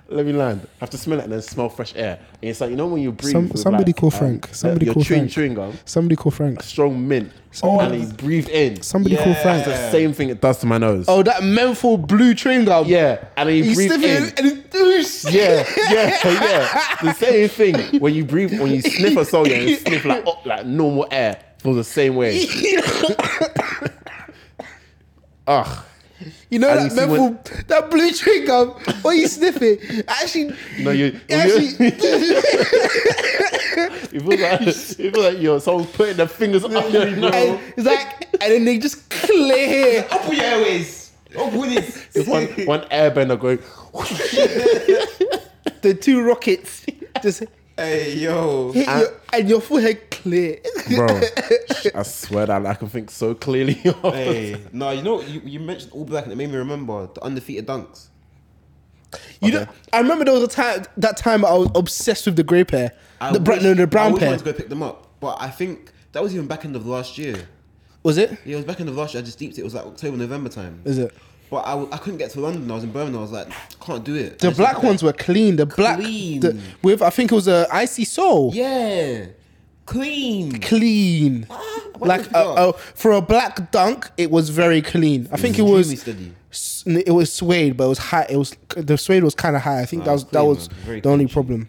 Let me land. I have to smell it and then smell fresh air. And it's like you know when you breathe.
Some-
with,
somebody
like,
call Frank.
uh,
Somebody
you're
call
chewing
Frank. Oh.
chewing gum,
Somebody call Frank.
strong mint,
Somebody-
and he breathed in.
Somebody call
Yeah.
Frank.
It's the same thing it does to my nose.
Oh, that menthol blue chewing gum.
yeah, and then you
You
breathe
sniff
in.
it and it's
Yeah, yeah, [laughs] yeah. The same thing when you breathe, when you sniff a soul, yeah, you sniff like oh, like normal air feels the
[laughs]
same way. Ugh.
[laughs] You know
And
that
you see
menthol,
when-
that blue chewing gum. When you sniff it, actually,
No, you.
it actually,
[laughs]
It feels like
[laughs]
it feels like you're someone putting their fingers up your
[laughs] and
nose.
it's like, and then they just clear.
Up with your airways. Up
[laughs]
with it. [laughs]
It's one one airbender going. [laughs]
The two rockets just hit
Hey, yo.
Ah.
your, and your forehead clear.
Bro, I swear that I can think so clearly. [laughs]
Hey, no, you know, you, you mentioned all black and it made me remember the undefeated dunks.
[laughs] You know, I remember there was a time that time I was obsessed with the grey pair,
I
the brown,
wish-
no, the
I
brown
wish I
pair.
wanted to go pick them up, but I think that was even back end of last year.
Was it?
Yeah, it was back end of last year. I just deeped it. It was like October, November time.
Is it?
But I, w- I couldn't get to London. I was in Birmingham. I was like, can't do it.
The
I just
black
didn't-
ones were clean. The black
Clean.
the- with I think it was a icy soul.
Yeah, clean. Ah,
Clean.
oh,
Why
Like
did
a,
you pick it
a, for a black dunk, it was very clean. I think it
Extremely
was
steady.
s- it was suede, but it was high. It was the suede was kind of high. I think that was that
Ah, clean,
was
man. Very
the only
clean shoe.
problem.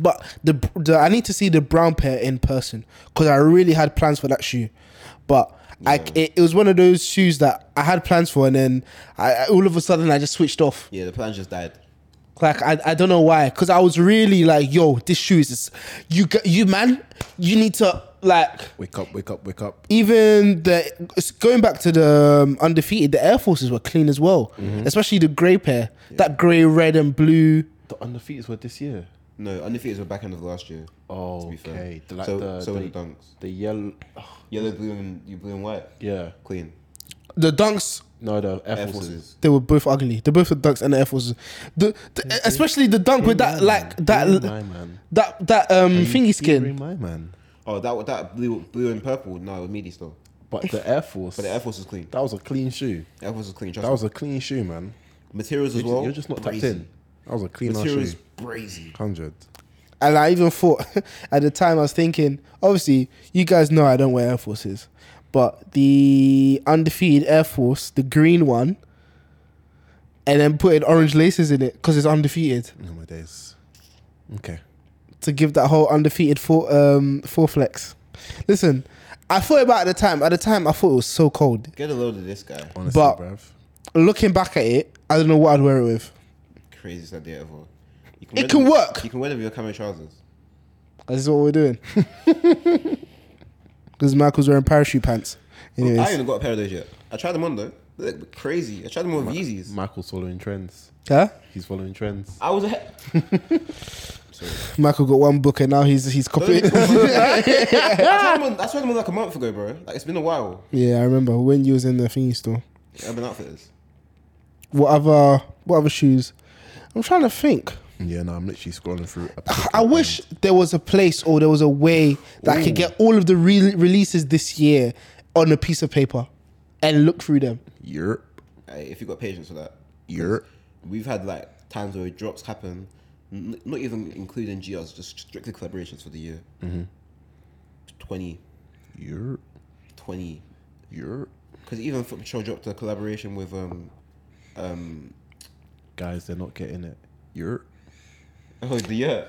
But the, the I need to see the brown pair in person because I really had plans for that shoe, but I it, it was one of those shoes that I had plans for and then I, I- all of a sudden I just switched off.
Yeah, the plan just died.
Like I, I don't know why, because I was really like, yo, this shoe is this, you g- you man, you need to like
Wake up! Wake up! Wake up!
even the it's going back to the um, undefeated, the Air Forces were clean as well,
Mm-hmm.
especially the grey pair, that grey, red, and blue.
The undefeateds were this year.
No, undefeateds were back end of last year.
Oh,
To be fair.
okay. The,
so so were the dunks.
the yellow.
Yellow, blue, and you blue and white.
Yeah.
Clean.
The dunks,
No, the Air,
Air
Forces.
Forces.
they were both ugly. They both the dunks and the Air Forces, the, the- especially the dunk with that like that
You're my man.
that that um thingy skin.
My man.
Oh, that that blue blue and purple. No, it was meaty still.
But the Air Force.
But the Air Force was clean.
That was a clean shoe.
Air Force was clean. Trust
That was a clean shoe, man.
me. materials as
You're,
well.
you're just not tapped
crazy.
in. That was a clean ass
Materials
shoe.
brazy.
Hundred.
And I even thought [laughs] at the time I was thinking, obviously, you guys know I don't wear Air Forces, but the undefeated Air Force, the green one, and then putting orange laces in it because it's undefeated
Oh my days. Okay.
to give that whole undefeated four um four flex. Listen, I thought about it at the time. At the time, I thought it was so cold.
Get a load of this guy.
Honestly,
But-
bruv.
Looking back at it, I don't know what I'd wear it with.
Craziest idea ever. You
It
wear
can
them-
work.
You can wear them with your camo trousers.
This is what we're doing. [laughs] Because Michael's wearing parachute pants.
I ain't
Anyways,
even got a pair of those yet. I tried them on though. They look crazy. I tried them with Yeezys.
Michael's following trends.
Huh?
He's following trends.
I was
[laughs]
ahead. Sorry.
Michael got one book and now he's he's
Don't
[laughs] copying.
even- I tried them on- I tried them on like a month ago, bro. Like it's been a while.
yeah, I remember when you was in the thingy store.
Urban Outfitters.
What other what other shoes? I'm trying to think.
Yeah, no, I'm literally scrolling [laughs] through. a
[sighs] I
particular
wish there was a place or there was a way that I could get all of the re- releases this year on a piece of paper and look through them.
one. Europe,
Hey, Uh, if you got patience for that,
Europe.
we've had like times where drops happen, n- not even including GRs, just strictly collaborations for the year. Mm-hmm. 20,
Europe,
20.
Europe.
Because even Foot Patrol dropped a collaboration with um, um, [laughs]
Guys, they're not getting it. Europe.
oh the year.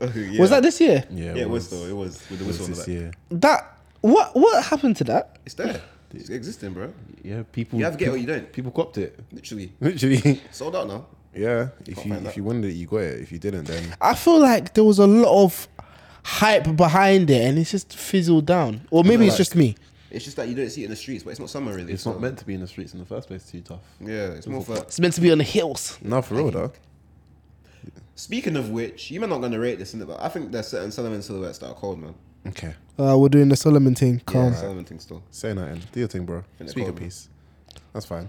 Oh, yeah.
Was that this year?
Yeah, it was though. It was with the
it was
whistle. on the
this
back.
year.
That what what happened to that?
It's there. It's existing, bro.
Yeah, people.
You have to get
people,
what you don't.
People copped it. [laughs]
Literally
Literally.
sold out now.
Yeah. If you
find
if
that.
you wanted it, you got it. If you didn't, then
I feel like there was a lot of hype behind it and it's just fizzled down. Or maybe it's
like-
just me.
It's just that you don't see it in the streets, but it's not summer really.
it's
so-
not meant to be in the streets in the first place. Too tough.
Yeah, it's more for.
It's meant to be on the hills.
No, for real though.
Speaking of which, you might not gonna rate this, innit? But I think there's certain Solomon silhouettes that are cold, man.
[laughs] Okay.
Uh, we're doing the Solomon thing.
Yeah,
Calm.
Solomon thing still.
Say nothing. Do your thing, bro.
Finna
Speak a
call me.
piece. That's fine.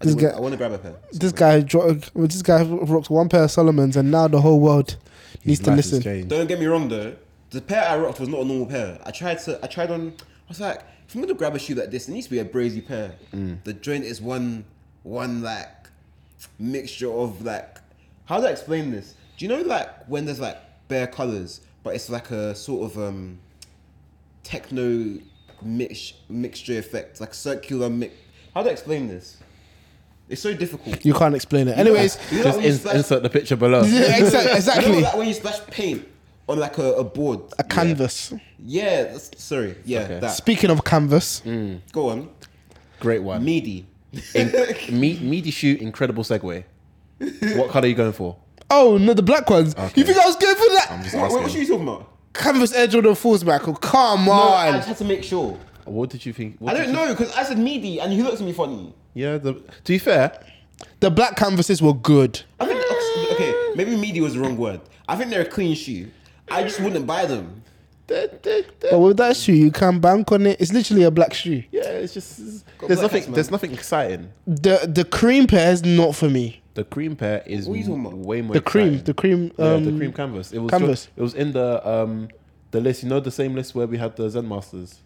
I, just
This
want,
guy-
I want to grab a pair.
This guy, dro- well, this guy rocked one pair of Solomons, and now the whole world needs to
Life has
listen.
changed.
Don't get me wrong though. The pair I rocked was not a normal pair. I tried to. I tried on. I was like, if I'm gonna grab a shoe like this, it needs to be a brazy pair.
Mm.
The joint is one, one like mixture of like. How do I explain this? Do you know like when there's like bare colors, but it's like a sort of um, techno mix mixture effect, like circular mix. How do I explain this? It's so
[laughs]
difficult.
You can't explain it. Anyways,
You know
Just
when you
ins-
splash-
insert the picture
[laughs]
below.
yeah, exa-
You know
exactly.
like when you splash paint on like a, a board,
A canvas.
Yeah, that's, sorry. Yeah,
Okay.
that.
Speaking of canvas,
Go on.
Great one.
Meaty.
In- me, meaty shoe. Incredible segue. What color are you going for?
oh no, the black ones.
Okay.
You think I was going for that?
I'm just
what, what, what are
asking.
you talking about?
canvas Air Jordan fours, Michael. Come
No,
on.
I just had to make sure.
What did you think? What
I
did
don't
you-
know because I said meaty and he looked at me funny.
Yeah. The, to be fair,
the black canvases were good.
I think okay, maybe meaty was the wrong word. I think they're a clean shoe. I just wouldn't buy them.
But with that shoe, you can bank on it. It's literally a black shoe.
yeah, it's just it's-
Got
there's
black
nothing.
hats, man.
there's nothing exciting.
The the cream pair is not for me.
The cream pair is
What are you talking about?
m- way more.
The cream,
exciting.
the cream,
Yeah,
um,
the cream canvas. It was
canvas.
it was in the um the list. You know the same list where we had the Zen Masters.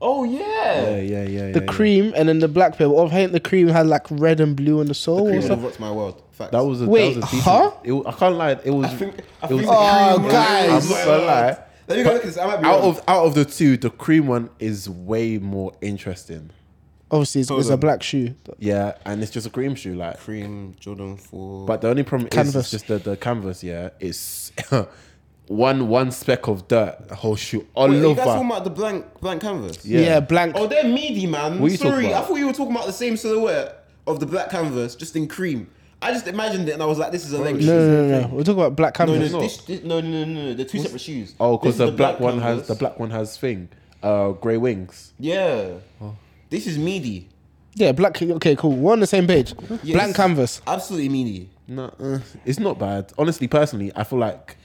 Oh yeah.
yeah, yeah.
the cream, and then the black pair. Well, I think the cream had like red and blue on the sole.
Cream
or
would
something.
have rocked my world. Facts.
That was a
Wait,
that was a decent,
huh?
It, wa- I can't lie. It was.
I think. I
it was
think
Oh,
the cream
guys.
was-
I'm not gonna lie.
Let me go look at this. I might be
out
wrong.
of out of the two, the cream one is way more interesting.
Obviously, it's, it's a
on.
black shoe.
Yeah, and it's just a cream shoe, like.
cream Jordan Four.
But the only problem is
Canvas.
it's just the, the canvas. Yeah, it's [laughs] one one speck of dirt, the whole shoe all
Wait, are you guys talking
over.
about the blank blank canvas?
Yeah,
Yeah.
blank.
Oh, they're meaty, man.
What are you talking
Sorry, I
about?
thought you were talking about the same silhouette of the black canvas, just in cream. I just imagined it and I was like, this is a leg
no,
shoe.
no, no, no. We're talking about black
No,
canvas.
no,
not.
this, this, no, no, no, no, no. They're two separate shoes.
Oh,
This
because
is
the, black, one has
canvas.
the black one has thing, uh, grey wings.
Yeah.
Oh.
This is meaty.
Yeah, black. Okay, cool. We're on the same page.
Yes.
Blank canvas.
Absolutely meaty.
No, uh, it's not bad. Honestly, personally, I feel like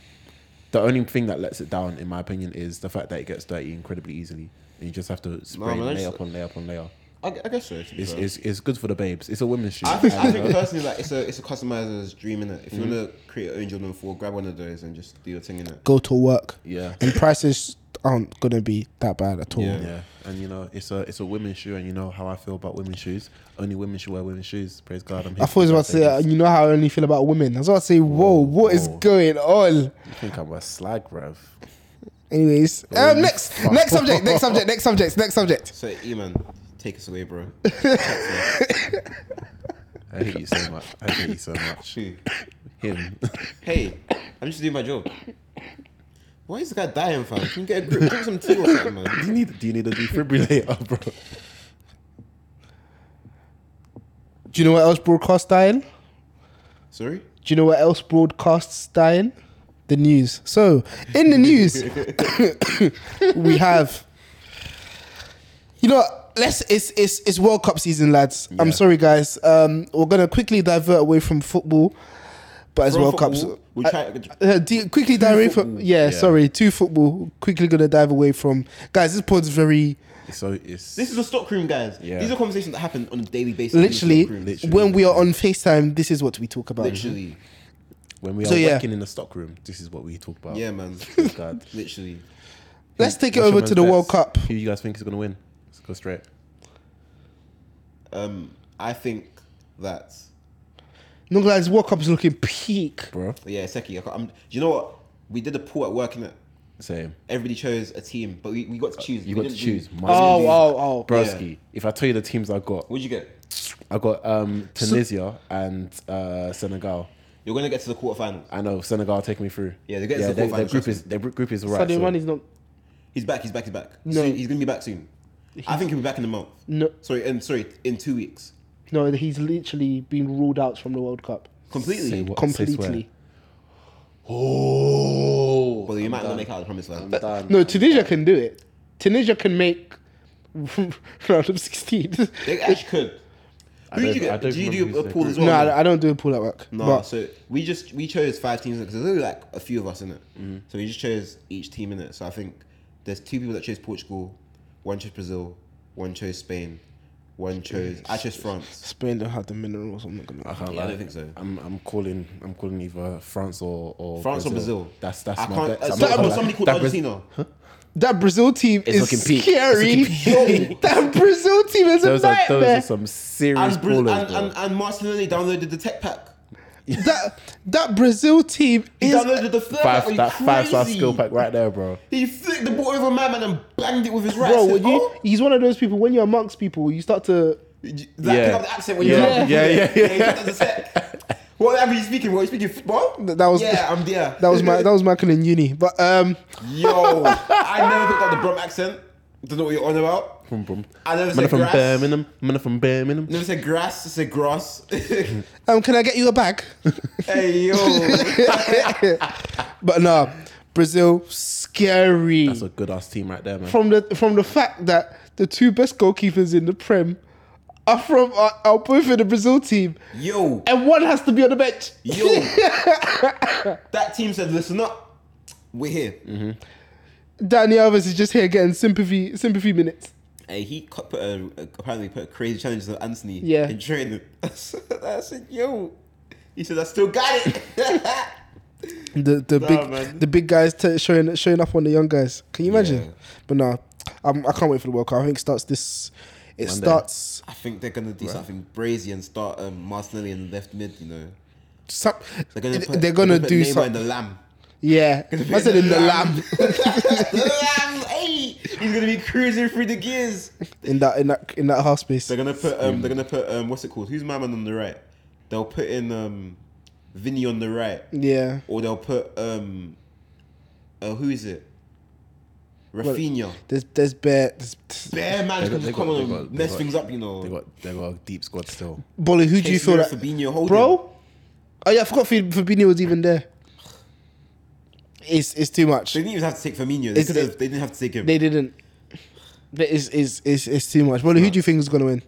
the only thing that lets it down, in my opinion, is the fact that it gets dirty incredibly easily, and you just have to spray
man,
layer
it's-
upon layer upon layer.
I, gu- I guess so. to be
It's,
fair.
it's, it's good for the babes. It's a women's shoe. uh,
I think, I [laughs] think personally, like it's a it's a customizer's dream in it. If you
Mm-hmm.
want to create your own Jordan Four, grab one of those and just do your thing in it.
Go to work.
yeah,
And prices aren't gonna be that bad at all.
Yeah.
yeah, and you know, it's a it's a women's shoe, and you know how I feel about women's shoes. Only women should wear women's shoes. Praise God. I'm here
I thought I was about to say, uh, you know how I only feel about women. I was about to say, whoa, what is
whoa.
going on?
I think I'm a slag, bruv.
Anyways, um, next, next subject, next subject, next subject, next subject.
So, Eman, take us away, bro.
I hate you so much. I hate you so
[laughs]
much.
Shoe.
Him. [laughs]
Hey, I'm just doing my job. Why is this guy dying, fam? Can you get a grip? Drink some tea or something, man.
do you need do you need a defibrillator, bro?
Do you know what else broadcasts dying?
Sorry?
Do you know what else broadcasts dying? The news. So, [coughs] in the news, we have. You know, let's it's it's it's World Cup season, lads. I'm
Yeah.
sorry, guys. Um, we're gonna quickly divert away from football, but as
From
World Cups,
football, we
Uh,
try-
uh, di- quickly dive away from
football.
yeah,
Yeah.
Sorry, to football. Quickly gonna dive away from guys. This pod's very
So it's
This is the stockroom, guys.
Yeah.
These are conversations that happen on a daily basis. in the
literally,
stockroom.
Literally.
when we are on Facetime. This is what we talk about.
literally,
when we are
So, yeah.
working in the stockroom. This is what we talk about. [laughs]
yeah, man,
Good
[laughs]
God.
literally.
Let's take it
What's your
over
man's
to the
bets?
World Cup.
Who you guys think is gonna win? Let's go straight.
Um, I think that
No, guys, World Cup's looking peak.
Bro.
yeah, Seki. I can't- I'm, do you know what? We did a poll at work, and
Same.
everybody chose a team, but we, we got to choose.
Uh, You
We
got to
didn't do-
choose.
we
Mine.
didn't
Oh,
do-
oh, oh.
Broski. If I tell you the teams I got,
What'd you get?
I got um, Tunisia and uh, Senegal.
You're gonna get to the quarterfinals.
I know Senegal taking me through.
Yeah, they get
yeah,
to the
their, their
quarterfinals,
group
trust
is their gr- group is
Sadio
right.
Mane's not.
He's back. He's back. He's back.
No.
Soon- he's gonna be back soon. I think he'll be back in a month.
No,
Sorry, in sorry, in two weeks,
no, he's literally been ruled out from the World Cup.
completely.
Say what?
completely.
Oh,
Well, you might not make out the promised land.
No, Tunisia can do it. Tunisia can make [laughs] round of 16. [laughs]
They actually could. Who
don't-
did you
I
get?
don't
Did you
remember
do a
who's
pool
their
as well?
no, I, I don't do a pull at work.
No,
but
so we just we chose five teams because there's only like a few of us in it.
Mm-hmm.
So we just chose each team in it. So I think there's two people that chose Portugal, one chose Brazil, one chose Spain, one chose I chose France.
Spain don't have the minerals. I'm not gonna.
I can't
Yeah, I
lie.
don't think so.
I'm, I'm calling I'm calling either France or, or
France or Brazil?
That's that's
I
my
can't.
bet.
uh,
I'm
so-
not gonna
but
lie.
somebody called
That Braz-
Argentina.
That Brazil team
It's
is
looking peak.
scary. [laughs]
It's looking
that Brazil team is
Those
a
are those
nightmare.
are some serious
And, Bra-
ballers,
and, and, and Martinelli downloaded the tech pack.
that that Brazil team
He
is
downloaded the third pack. Are
Five,
you
that five star
crazy?
skill pack right there, bro.
He flicked the ball over my man and banged it with his right.
bro.
I said,
When you,
"Oh."
he's one of those people. When you're amongst people, you start to.
Like, pick up the accent when you're
Yeah.
out.
Yeah, yeah, yeah.
he does the set. What language are you speaking? What are you speaking? Football?
Th- that was-
yeah, I'm there.
That was my that was Michael in uni. But um,
yo. I never picked up the Brum accent. Don't know what you're on about.
Boom, boom.
I never
Man
said
from
grass.
Birmingham. Man from Birmingham.
Never said grass. I said
[laughs]
grass.
um, can I get you a
[laughs]
bag?
hey yo.
but no, Brazil scary.
That's a good ass team right there, man.
from the from the fact that the two best goalkeepers in the Prem are from are, are both in the Brazil team, [laughs]
Yo.
and one has to be on the bench.
Yo. that team said, "Listen up, we're here."
Mm-hmm.
Danny Alves is just here getting sympathy sympathy minutes.
Hey, he cu- put a, a- apparently put a crazy challenge on Anthony
Yeah.
in training. [laughs] I said, "Yo," he said, "I still got it."
[laughs] The the
Nah,
big
man.
the big guys t- showing showing up on the young guys. Can you imagine?
Yeah.
But no, I'm, I can't wait for the World Cup. I think it starts this. It
Monday.
starts
I think they're gonna do something brazy and start um, Martinelli in left mid. You know,
some.
they're gonna
it-
put,
they're gonna
put
do
Neymar in
something.
the lamb. [laughs]
Yeah, I said in the lamb
the lamb, hey, he's gonna be cruising through the gears.
[laughs] in that in that in that half space.
They're gonna put um, they're gonna put um, what's it called? Who's my man on the right? They'll put in um, Vinny on the right,
Yeah,
or they'll put um, uh, who is it? Rafinha.
there's there's bare there's,
Bare man
They got-
can
they
just
got-
come
they
on
got-
and
they
mess
got-
things up. You know,
They got they got a deep squad still.
Bolly. Who do you feel
Casemiro,
that?
Fabinho, Holding.
bro. Oh yeah, I forgot Fab- Fabinho was even there. It's it's too much.
They didn't even have to take Firmino. They,
Is
could
it-
have, they didn't have to take him.
They didn't. That is is is it's too much. Well, who do you think is gonna win?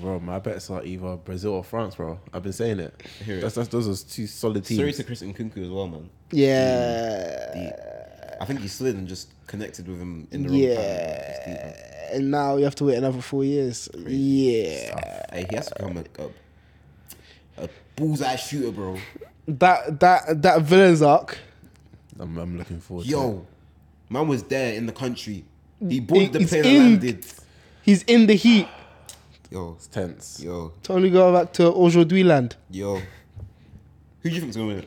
Bro, my bets are either Brazil or France, bro. I've been saying it.
hear it.
That's, that's those are two solid teams.
Sorry to Chris Nkunku as well, man.
Yeah,
Deep. I think he slid and just connected with him in the wrong time. It's deep, man.
yeah. And now you have to wait another four years. Yeah,
Hey, he has to become a, a, a bullseye shooter, bro.
that that that villain's arc.
I'm, I'm looking forward to
Yo, man was there in the country. He bought the
It's
plane
in-
and landed.
He's in the heat.
Yo,
it. Tense.
yo,
To only go back to aujourd'hui land,
yo. Who do you think's gonna win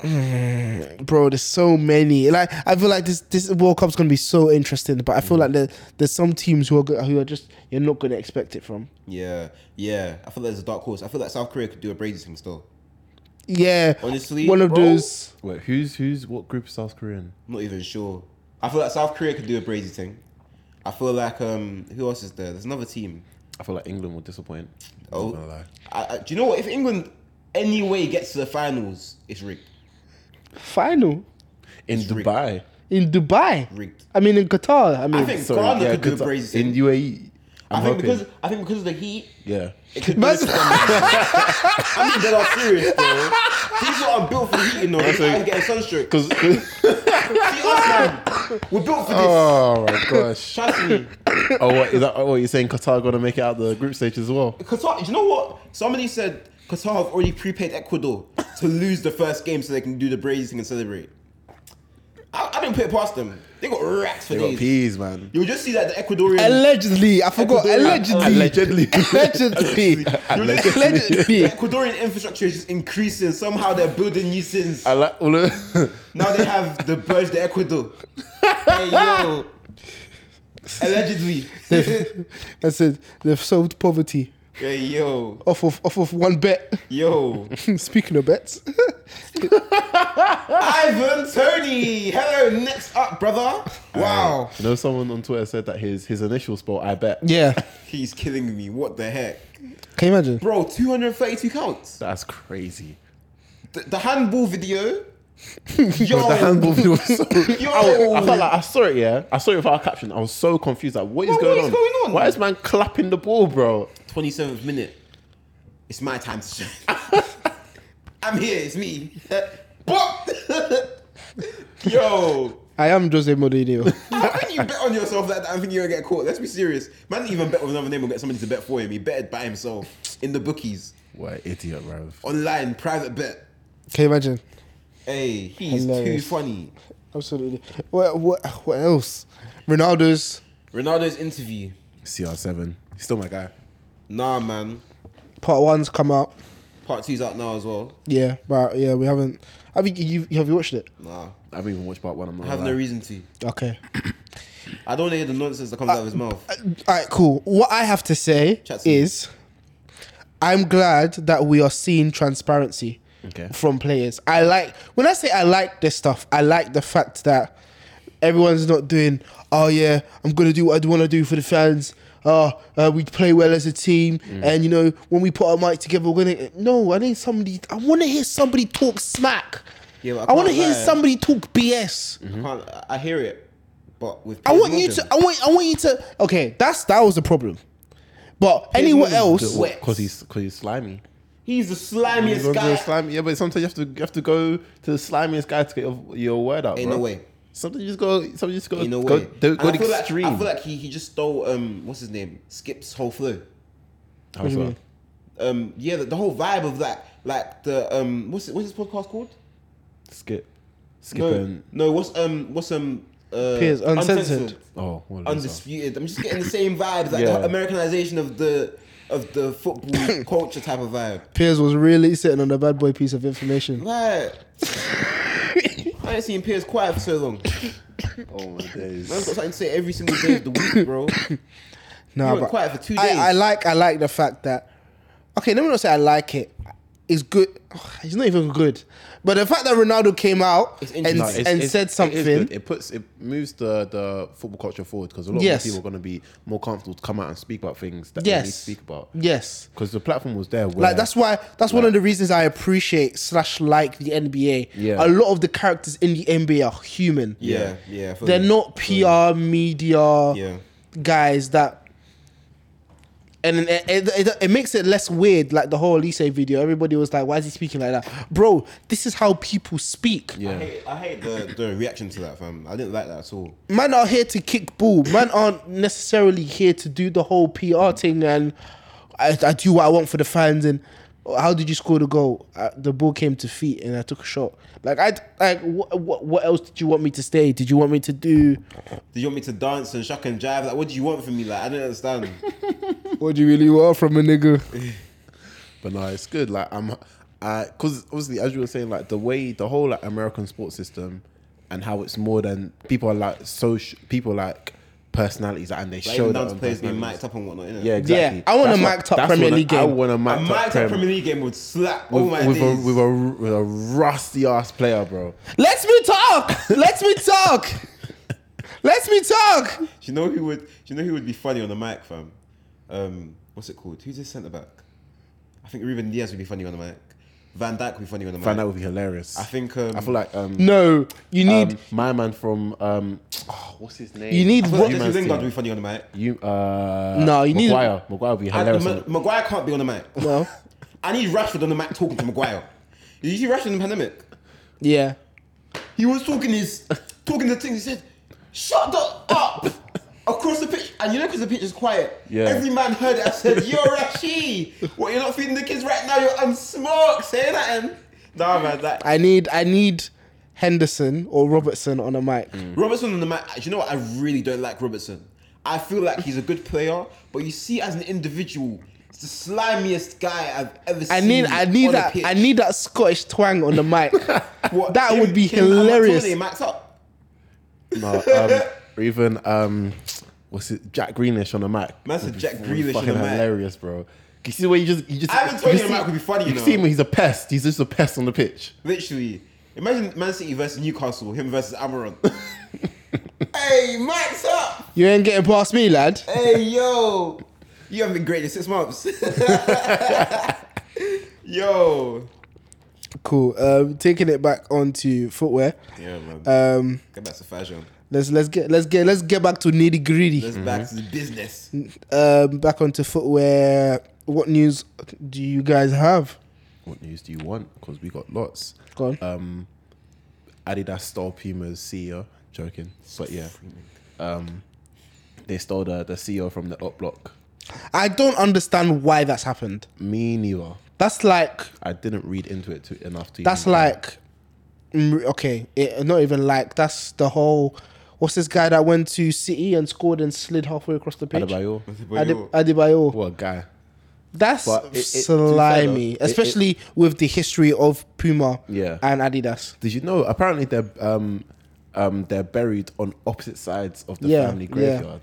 it?
Eh, bro. There's so many. Like I feel like this this World Cup's gonna be so interesting. But I feel like there, there's some teams who are go- who are just you're not gonna expect it from.
Yeah, yeah. I feel like there's a dark horse. I feel like South Korea could do a brazy thing still.
Yeah,
Honestly,
one of
bro.
those.
Wait, who's who's what group is South Korean?
I'm not even sure. I feel like South Korea could do a brazy thing. I feel like um, who else is there? There's another team.
I feel like England will disappoint.
Oh.
I'm not gonna lie.
I, I, do you know what? If England any way gets to the finals, it's rigged.
Final
In
rigged.
Dubai.
in Dubai.
Rigged.
I mean, in Qatar. I mean,
I think
Sorry,
Ghana
yeah,
could do a
Qatar-
braces
in UAE.
I
I'm
think
hoping.
because I think because of the heat,
yeah.
it
[laughs]
could be a
Imagine-
scandal. I mean, they are serious, bro. These lot are built for the heat, you know. These guys getting sunstroke.
Because
[laughs] See us, man. We're built for this.
oh my gosh.
Trust me.
Oh, what is that? Oh, you're saying Qatar gonna make it out the group stage as well?
Qatar, do you know what? Somebody said Qatar have already prepaid Ecuador to lose the first game so they can do the brazy thing and celebrate. I, I didn't put it past them. They got racks for
They got
days.
peas, man.
You'll just see that the Ecuadorian.
[laughs] allegedly, I forgot. Allegedly,
Allegedly. [laughs]
allegedly,
the
allegedly.
Ecuadorian infrastructure is just increasing. Somehow they're building new sins.
I like all of-
Now they have the Burj de
[laughs]
Ecuador. hey, yo. Allegedly.
[laughs] I said they've solved poverty
hey, yo.
off of off of one bet. [laughs]
Yo.
Speaking of bets, [laughs]
Ivan Tony. Hello, next up, brother. Wow.
You know, someone on Twitter said that his his initial spell. I bet.
yeah.
He's killing me. What the heck?
Can you imagine?
Bro, 232 counts.
That's crazy.
The, the handball video. Yo.
The handball video was so.
[laughs] Yo.
I, was- I felt like I saw it. Yeah, I saw it without a caption. I was so confused. Like, what is,
Bro,
going,
what is
on?
going on?
Why is man clapping the ball, bro?
27th minute. It's my time to shine.
[laughs]
I'm here. It's me. But yo,
I am Jose Mourinho.
how can you bet on yourself like that and think you're gonna get caught? Let's be serious. Man, didn't even bet with another name or get somebody to bet for him. He betted by himself in the bookies,
[laughs] What an idiot, bro.
online, private bet.
Can you imagine?
Hey, he's
Hilarious.
too funny.
Absolutely. What what what else? Ronaldo's
Ronaldo's interview.
CR7. He's still my guy.
Nah, man.
part one's come out.
Part two's out now as well.
Yeah, but yeah, we haven't. I think you you- have you watched it?
Nah,
I haven't even watched part one. I'm not
I have
gonna
no
lie.
reason to.
Okay.
I don't want to hear the nonsense that comes out of his mouth.
All right, Uh, cool. What I have to say
Chat to me.
is, I'm glad that we are seeing transparency
Okay.
from players. I like when I say I like this stuff. I like the fact that everyone's not doing. Oh yeah, I'm gonna do what I want to do for the fans. Oh, uh, we play well as a team,
Mm.
and you know when we put our mic together, we're gonna. No, I need somebody. I want to hear somebody talk smack.
Yeah, but I
I, want to
can't
hear
lie.
somebody talk BS.
I can't. I- I hear it, but with
I
Piers
want you
Morgan-
to. I want. I want you to. Okay, that's that was the problem. But anyone
Morgan
else,
do it.
Because he's because he's slimy.
He's the
He's
slimiest
gonna
guy.
go slimy. Yeah, but sometimes you have to you have to go to the slimiest guy to get your, your word out.
Ain't
bro.
no way.
Sometimes you just go. Sometimes you just go.
in a
go,
way.
Go,
And
go
I,
to
feel like,
extreme.
I feel like he, he just stole um what's his name Skip's whole flow.
How so?
Um yeah, the, the whole vibe of that like the um what's it, what's this podcast called?
Skip. Skip
No,
and
no what's um what's um uh,
Piers, Uncensored.
oh, what are these are?
undisputed. I'm just getting the same vibes like
Yeah.
the Americanization of the of the
[coughs]
football culture type of vibe.
Piers was really sitting on a bad boy piece of information.
Like I ain't seen Piers quiet for so long.
Oh my [laughs]
Man's
days.
got something to say every single day of the week,
[coughs]
bro.
Nah,
You were
but
quiet for two
I-
days.
I, like. I like the fact that. Okay, let me not say I like it. It's good. It's not even good. But the fact that Ronaldo came out
It's
and,
interesting. No,
and said
It, is
something.
good. it puts it moves the the football culture forward because a lot
Yes.
of people are going to be more comfortable to come out and speak about things that they need to
yes.
speak about.
Yes.
Because the platform was there. Where,
Like that's why that's one of the reasons I appreciate slash like the NBA.
Yeah.
A lot of the characters in the NBA are human.
Yeah, yeah. I feel
They're
you.
not PR media
Yeah.
guys that. And it, it, it, it makes it less weird, like the whole Elise video. Everybody was like, why is he speaking like that? Bro, this is how people speak.
I
yeah.
hate, I hate the, the reaction to that, fam. I didn't like that at all.
Man are here to kick ball. Man aren't necessarily here to do the whole PR thing and I, I do what I want for the fans. And how did you score the goal? Uh, the ball came to feet and I took a shot. Like, I like what, what, what else did you want me to stay? Did you want me to do?
Do you want me to dance and shuck and jive? Like, what do you want from me? Like, I don't understand.
What do you really want from a nigga?
But no, it's good. Like I'm, I because obviously as you were saying, like the way the whole like American sports system, and how it's more than people are like social people like personalities and they
Like,
show
even
that
down to
on
players being
personalities.
mic'd up and whatnot, innit?
Yeah, exactly.
I want a
That's what-
mic'd up
that's
Premier
what I-
League game.
I want a
A
mic'd up
mic'd up Premier
Premier
League game would slap
with,
all my
with, a,
days.
with a with a rusty ass player, bro.
Let me talk. Let me talk. Let me talk.
Do you know who would? Do you know who would be funny on the mic, fam? Um, what's it called? Who's his centre back? I think Ruben Diaz would be funny on the mic. Van Dyke would be funny on the
Find out
mic.
would be hilarious.
I think um,
I feel like um,
No, you need
um, my man from um, oh, what's his name?
you need
I feel like
what?
You
Jesse
man's
Lingard
team.
would be funny on the mic.
You uh
No, you need-
Maguire. Maguire would be
And
hilarious.
Ma- Maguire can't be on the
[laughs]
mic.
No,
I need Rashford on the mic talking to Maguire. Did you see Rashford in the pandemic?
yeah.
He was talking his talking the things. He said, "Shut the up." Across the pitch, and you know, because the pitch is quiet,
Yeah.
every man heard it. I said, "You're Rashi. What? You're not feeding the kids right now. You're unsmoked." Say that, and nah, man. That
I need I need Henderson or Robertson on a mic.
Robertson on the mat. You know what? I really don't like Robertson. I feel like he's a good player, but you see, as an individual, it's the slimiest guy I've ever
I
seen.
need I
on
need
the
that
pitch.
I need that Scottish twang on the mic.
What,
that
him-
would be
him and
hilarious.
Martinelli max up.
no, um, [laughs] or even um, what's it? Jack Greenish on the mic.
Man said
Would be-
Jack
would be
Grealish on
fucking
the mic.
Hilarious, bro. You see the way you just you just.
Ivan
you
Toney on
see-
the mic would be funny, you
You
know.
see him? He's a pest. He's just a pest on the pitch.
Literally, imagine Man City versus Newcastle. Him versus Amaron. hey, max up.
you ain't getting past me, lad.
Hey, yo. You haven't been great in six months. yo.
Cool. Um, taking it back onto footwear.
Yeah, man.
Um,
Get back to fashion.
let's let's get let's get let's get back to nitty gritty.
Let's back to the business.
Um, back onto footwear. What news do you guys have?
What news do you want? Because we got lots.
Go on.
Um, Adidas stole Puma's CEO. Joking, but yeah. Um, they stole the, the CEO from the up block.
I don't understand why that's happened.
Me neither.
That's like
I didn't read into it too, enough to.
that's
even-
like mm, okay, it, not even like that's the whole. What's this guy that went to City and scored and slid halfway across the pitch?
Adebayor.
Adi- Adebayor.
What a guy.
That's
But it- it- to be fair though,
slimy,
it- it-
especially with the history of Puma
Yeah.
and Adidas.
[laughs] Did you know? Apparently, they're um, um, they're buried on opposite sides of the
Yeah,
family
yeah.
graveyard.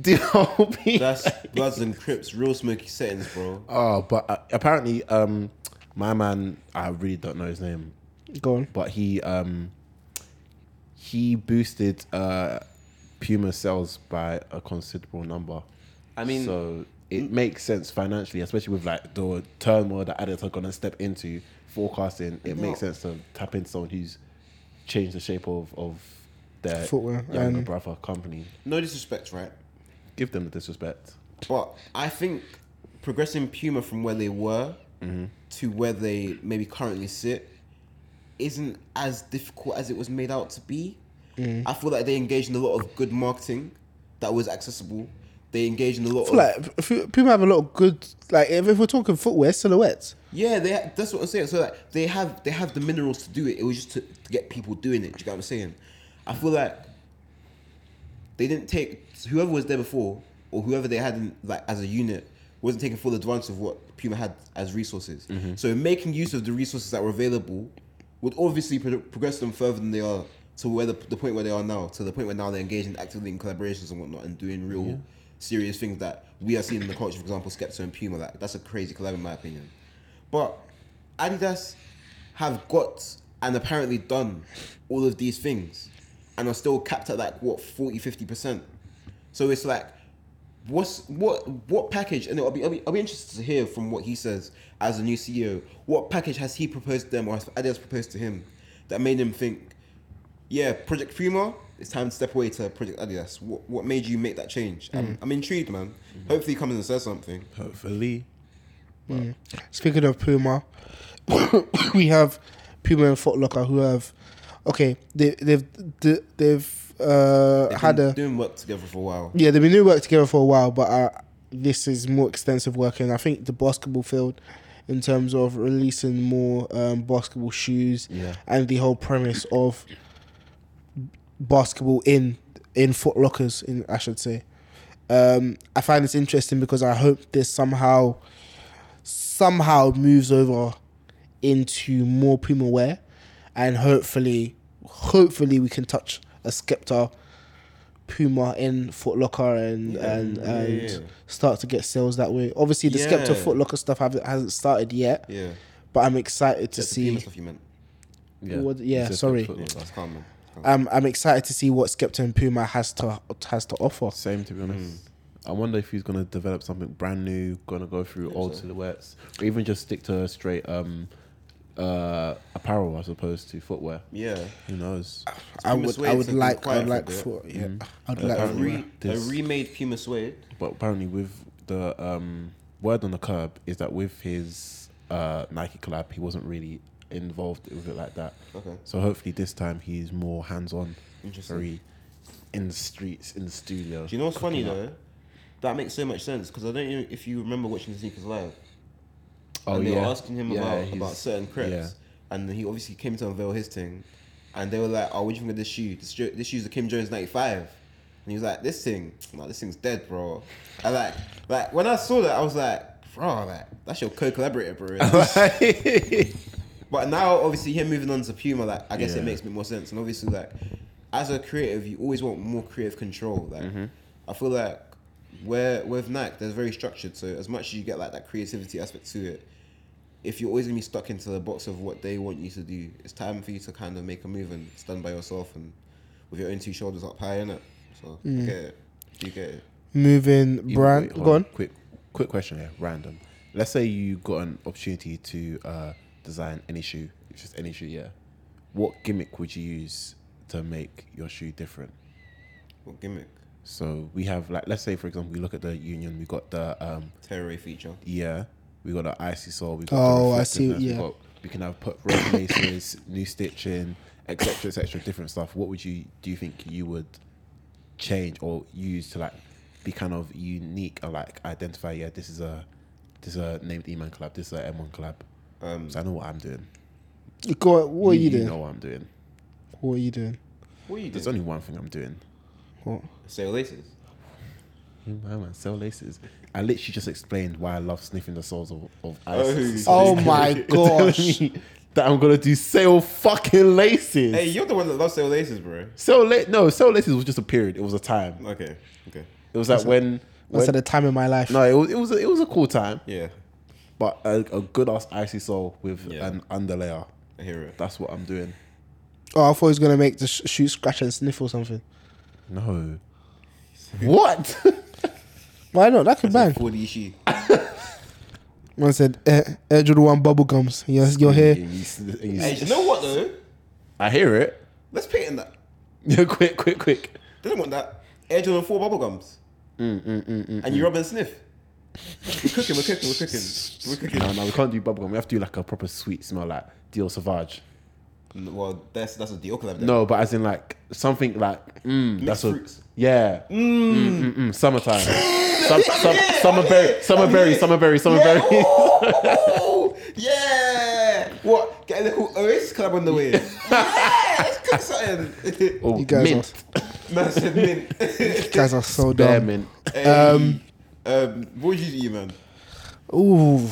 Do you know what I mean?
That's Bloods and Crips, real smoky settings, bro.
oh, but uh, apparently, um, my man, I really don't know his name,
Go on.
but he um, he boosted uh, Puma sales by a considerable number.
I mean-
so it makes sense financially, especially with like the turmoil that Adidas are gonna step into. Forecasting, it makes
No.
sense to tap into someone who's changed the shape of of their
Footwear,
younger
um,
brother company.
No disrespect, right?
Give them the disrespect.
But I think progressing Puma from where they were to where they maybe currently sit isn't as difficult as it was made out to be. I feel like they engaged in a lot of good marketing that was accessible. They engaged in a lot
I
of
feel like if you- Puma have a lot of good, like if, if we're talking footwear, silhouettes.
yeah. They ha- that's what I'm saying. So like they have they have the minerals to do it. It was just to, to get people doing it. Do you get what I'm saying? I feel like they didn't take whoever was there before or whoever they had in, like as a unit wasn't taking full advantage of what Puma had as resources. So making use of the resources that were available would obviously pro- progress them further than they are to where the, the point where they are now to the point where now they're engaging actively in collaborations and whatnot and doing real serious things that we are seeing in the culture. For example, Skepta and Puma. Like, that's a crazy collab in my opinion. But Adidas have got and apparently done all of these things and are still capped at like what 40 50% so it's like what's what what package and I'll be, I'll be i'll be interested to hear from what he says as a new ceo what package has he proposed to them or has adidas proposed to him that made him think yeah project puma it's time to step away to project adidas what, what made you make that change
Mm.
I'm, I'm intrigued man
Mm-hmm.
hopefully he comes and says something
Hopefully,
Speaking of Puma, [coughs] we have Puma and Foot Locker who have, okay, they, they've they, they've uh,
They've
had
been
a
doing work together for a while
yeah they've been doing work together for a while, but uh, this is more extensive work, and I think the basketball field, in terms of releasing more um, basketball shoes,
Yeah.
and the whole premise of basketball in in Foot Lockers, in I should say. Um, I find this interesting because I hope this somehow somehow moves over into more Puma wear, and hopefully, hopefully we can touch a Skepta Puma in Foot Locker and and
yeah,
and
yeah.
start to get sales that way. Obviously, the Skepta
Yeah.
Foot Locker stuff have, hasn't started yet,
yeah
but I'm excited to
That's the
see.
Puma stuff you meant
yeah.
What- yeah,
It's a
sorry.
football.
that's calm man
Uh,
I'm I'm excited to see what Skepta and Puma has to has to offer.
Same to be honest.
Hmm.
I wonder if he's gonna develop something brand new, gonna go through old silhouettes, or even just stick to straight um, uh, apparel as opposed to footwear.
Yeah.
Who knows?
I
Puma
would, I
suede's
would
been
like, I
quiet for
would
a
like
bit.
for, yeah, I'd
A,
like.
re- a
This-
remade Puma suede.
But apparently, with the um, word on the curb is that with his uh, Nike collab, he wasn't really involved with it like that.
Okay.
So hopefully this time he's more hands-on,
Interesting.
very in the streets, in the studio.
Do you know what's funny
cooking up.
though? That makes so much sense because I don't know if you remember watching Zeke live.
Oh
and they
yeah.
were asking him
Yeah,
about,
he's-
about certain crepes,
yeah.
and he obviously came to unveil his thing, and they were like, "Oh, what do you think of this shoe? This, jo- this shoe's a Kim Jones '95," and he was like, "This thing, no, this thing's dead, bro." And like, like when I saw that, I was like, "Bro, like that's your co-collaborator, bro."
[laughs]
[laughs] but now, obviously, him moving on to Puma, like I guess
Yeah.
it makes a bit more sense, and obviously, like as a creative, you always want more creative control. Like, I feel like. Where with Nike, they're very structured. So as much as you get like that creativity aspect to it, if you're always gonna be stuck into the box of what they want you to do, it's time for you to kind of make a move and stand by yourself and with your own two shoulders up high, innit? So I get it. Do you get it?
Moving
Even-
brand,
wait, hold
go on.
Quick, quick question here, random. Let's say you got an opportunity to uh, design any shoe, it's just any shoe, yeah. What gimmick would you use to make your shoe different?
What gimmick?
So we have like, let's say for example, we look at the Union, we got the um,
Terror feature.
yeah, we got the icy sole, we got
Oh,
the
I see,
reflectiveness,
yeah.
We, got, we can have put red laces, [coughs] new stitching, etc., etc., different stuff. What would you do? You think you would change or use to like be kind of unique or like identify? Yeah, this is a this is a named E-Man collab. This is a M1 collab.
Um,
So I know what I'm doing.
Go on. What are you
You
doing?
know what I'm doing.
What are you doing?
what are you
There's
doing?
only one thing I'm doing.
What?
Sale laces.
My man, sell laces. I literally just explained why I love sniffing the soles of, of
Oh.
ices. [laughs]
Oh my gosh!
that I'm gonna do sell fucking laces.
Hey, you're the one that loves sale laces, bro.
Sell late? No, sell laces was just a period. It was a time.
Okay, okay.
It was like when.
That's at
when
the time in my life.
no, it was it was a, it was a cool time,
Yeah,
but a, a good ass icy sole with
Yeah.
an underlayer.
I hear it.
That's what I'm doing.
Oh, I thought he was gonna make the sh- shoot scratch and sniff or something.
No. What?
Why not? That could bang.
4D shoe.
One said, eh, Air Jordan One bubble gums. Yes, you're [laughs] here.
You- you- you-
Hey, you know what though?
I hear it. [laughs]
Let's patent that.
Yeah, quick, quick, quick.
They don't want that. Air Jordan 4 bubblegums. Mm, mm, mm, and you rub and sniff. We're cooking, we're cooking, we're cooking. We're cooking.
No, no, we can't do bubblegum. We have to do like a proper sweet smell, like Dior Sauvage.
Well, that's that's a deal collab. then.
No, but as in like something like mm, that's a
fruits.
yeah. Mm. Mm, mm, mm, [laughs] summertime. Sum, sum, summer berry, summer berry, summer berry,
[laughs]
summer
Yeah.
berry.
Oh, yeah. What? Get a little Oasis club on the [laughs] way. yeah, let's cook [laughs] something.
[laughs] Oh,
You guys
mint,
Man said [laughs] mint.
You guys are so
bear
dumb.
mint.
Hey, um, what would you do, man?
Ooh.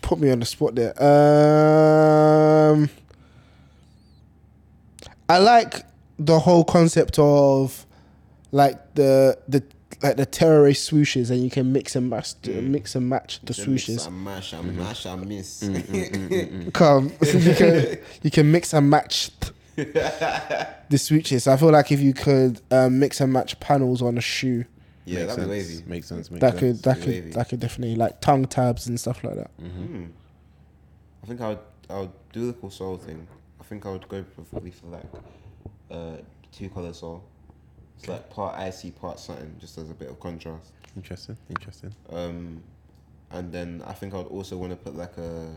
Put me on the spot there. Um, I like the whole concept of like the the like the terrorist swooshes, and you can mix and match, mix and match the swooshes.
I mash, I mash, I miss. mm,
Come, [laughs] you can you can mix and match
[laughs]
the switches. I feel like if you could um, mix and match panels on a shoe,
[laughs] yeah,
Makes
that'd be
sense.
wavy.
Makes sense. Makes
that
sense.
could that
be
could
wavy.
that could definitely like tongue tabs and stuff like that.
Mm-hmm.
Hmm. I think I would I would do the cool soul thing. I think I would go for probably for like uh two colour soul. It's like part icy, part something, just as a bit of contrast.
Interesting. Interesting.
Um, and then I think I would also want to put like a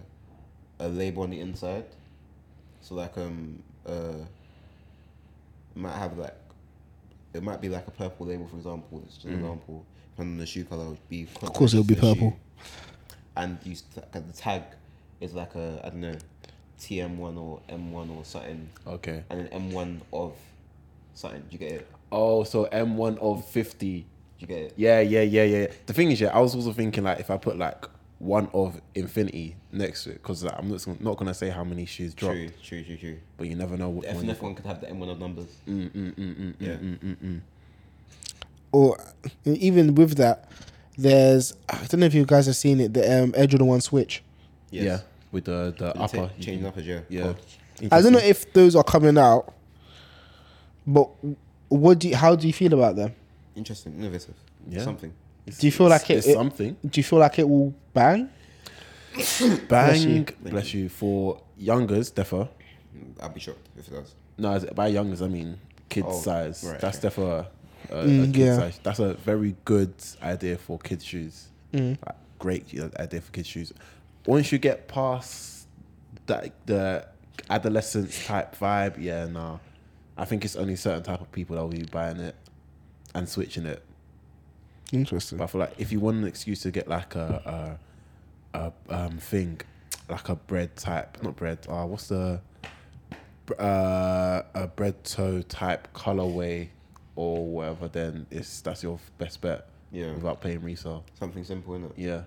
a label on the inside, so like um uh might have like it might be like a purple label for example. It's just an example. And the shoe color would be of
Mm. course it'll be purple.
And you st- like, the tag is like a I don't know TM one or M one or something,
Okay.
and an M one of something. Do you get it?
Oh, so M one of fifty.
Do you get it?
Yeah, yeah, yeah, yeah. The thing is, yeah, I was also thinking like if I put like one of infinity next to it, because like, I'm not, not gonna say how many shoes dropped,
True, true, true, true.
but you never know what.
The
one you-
FNF one could have the M one of numbers.
Mm,
yeah.
Or even with that, there's I don't know if you guys have seen it the um, Air Jordan One switch.
Yes.
Yeah, with the the
The
upper
ta- chain uppers, yeah.
Yeah.
I don't know if those are coming out, but what do you, how do you feel about them?
interesting, innovative.
Yeah.
Something.
Do you feel like
it's
it, it?
something.
Do you feel like it will bang?
Bang,
you.
bless you. for youngers, defer.
I'd be shocked if it does.
No, as- by youngers I mean kids
Oh,
size.
right,
That's
okay.
defer. Uh, a
Mm,
kid's
yeah.
size. That's a very good idea for kids shoes.
Mm.
Like, great idea for kids shoes. Once you get past that the adolescence type vibe, yeah, nah. I think it's only certain type of people that will be buying it and switching it.
Interesting.
But I feel like if you want an excuse to get like a a, a um thing, like a bread type, not bread. Uh, what's the uh, a bread toe type colorway or whatever? Then it's that's your best bet.
Yeah.
Without paying resale.
Something simple, innit?
Yeah.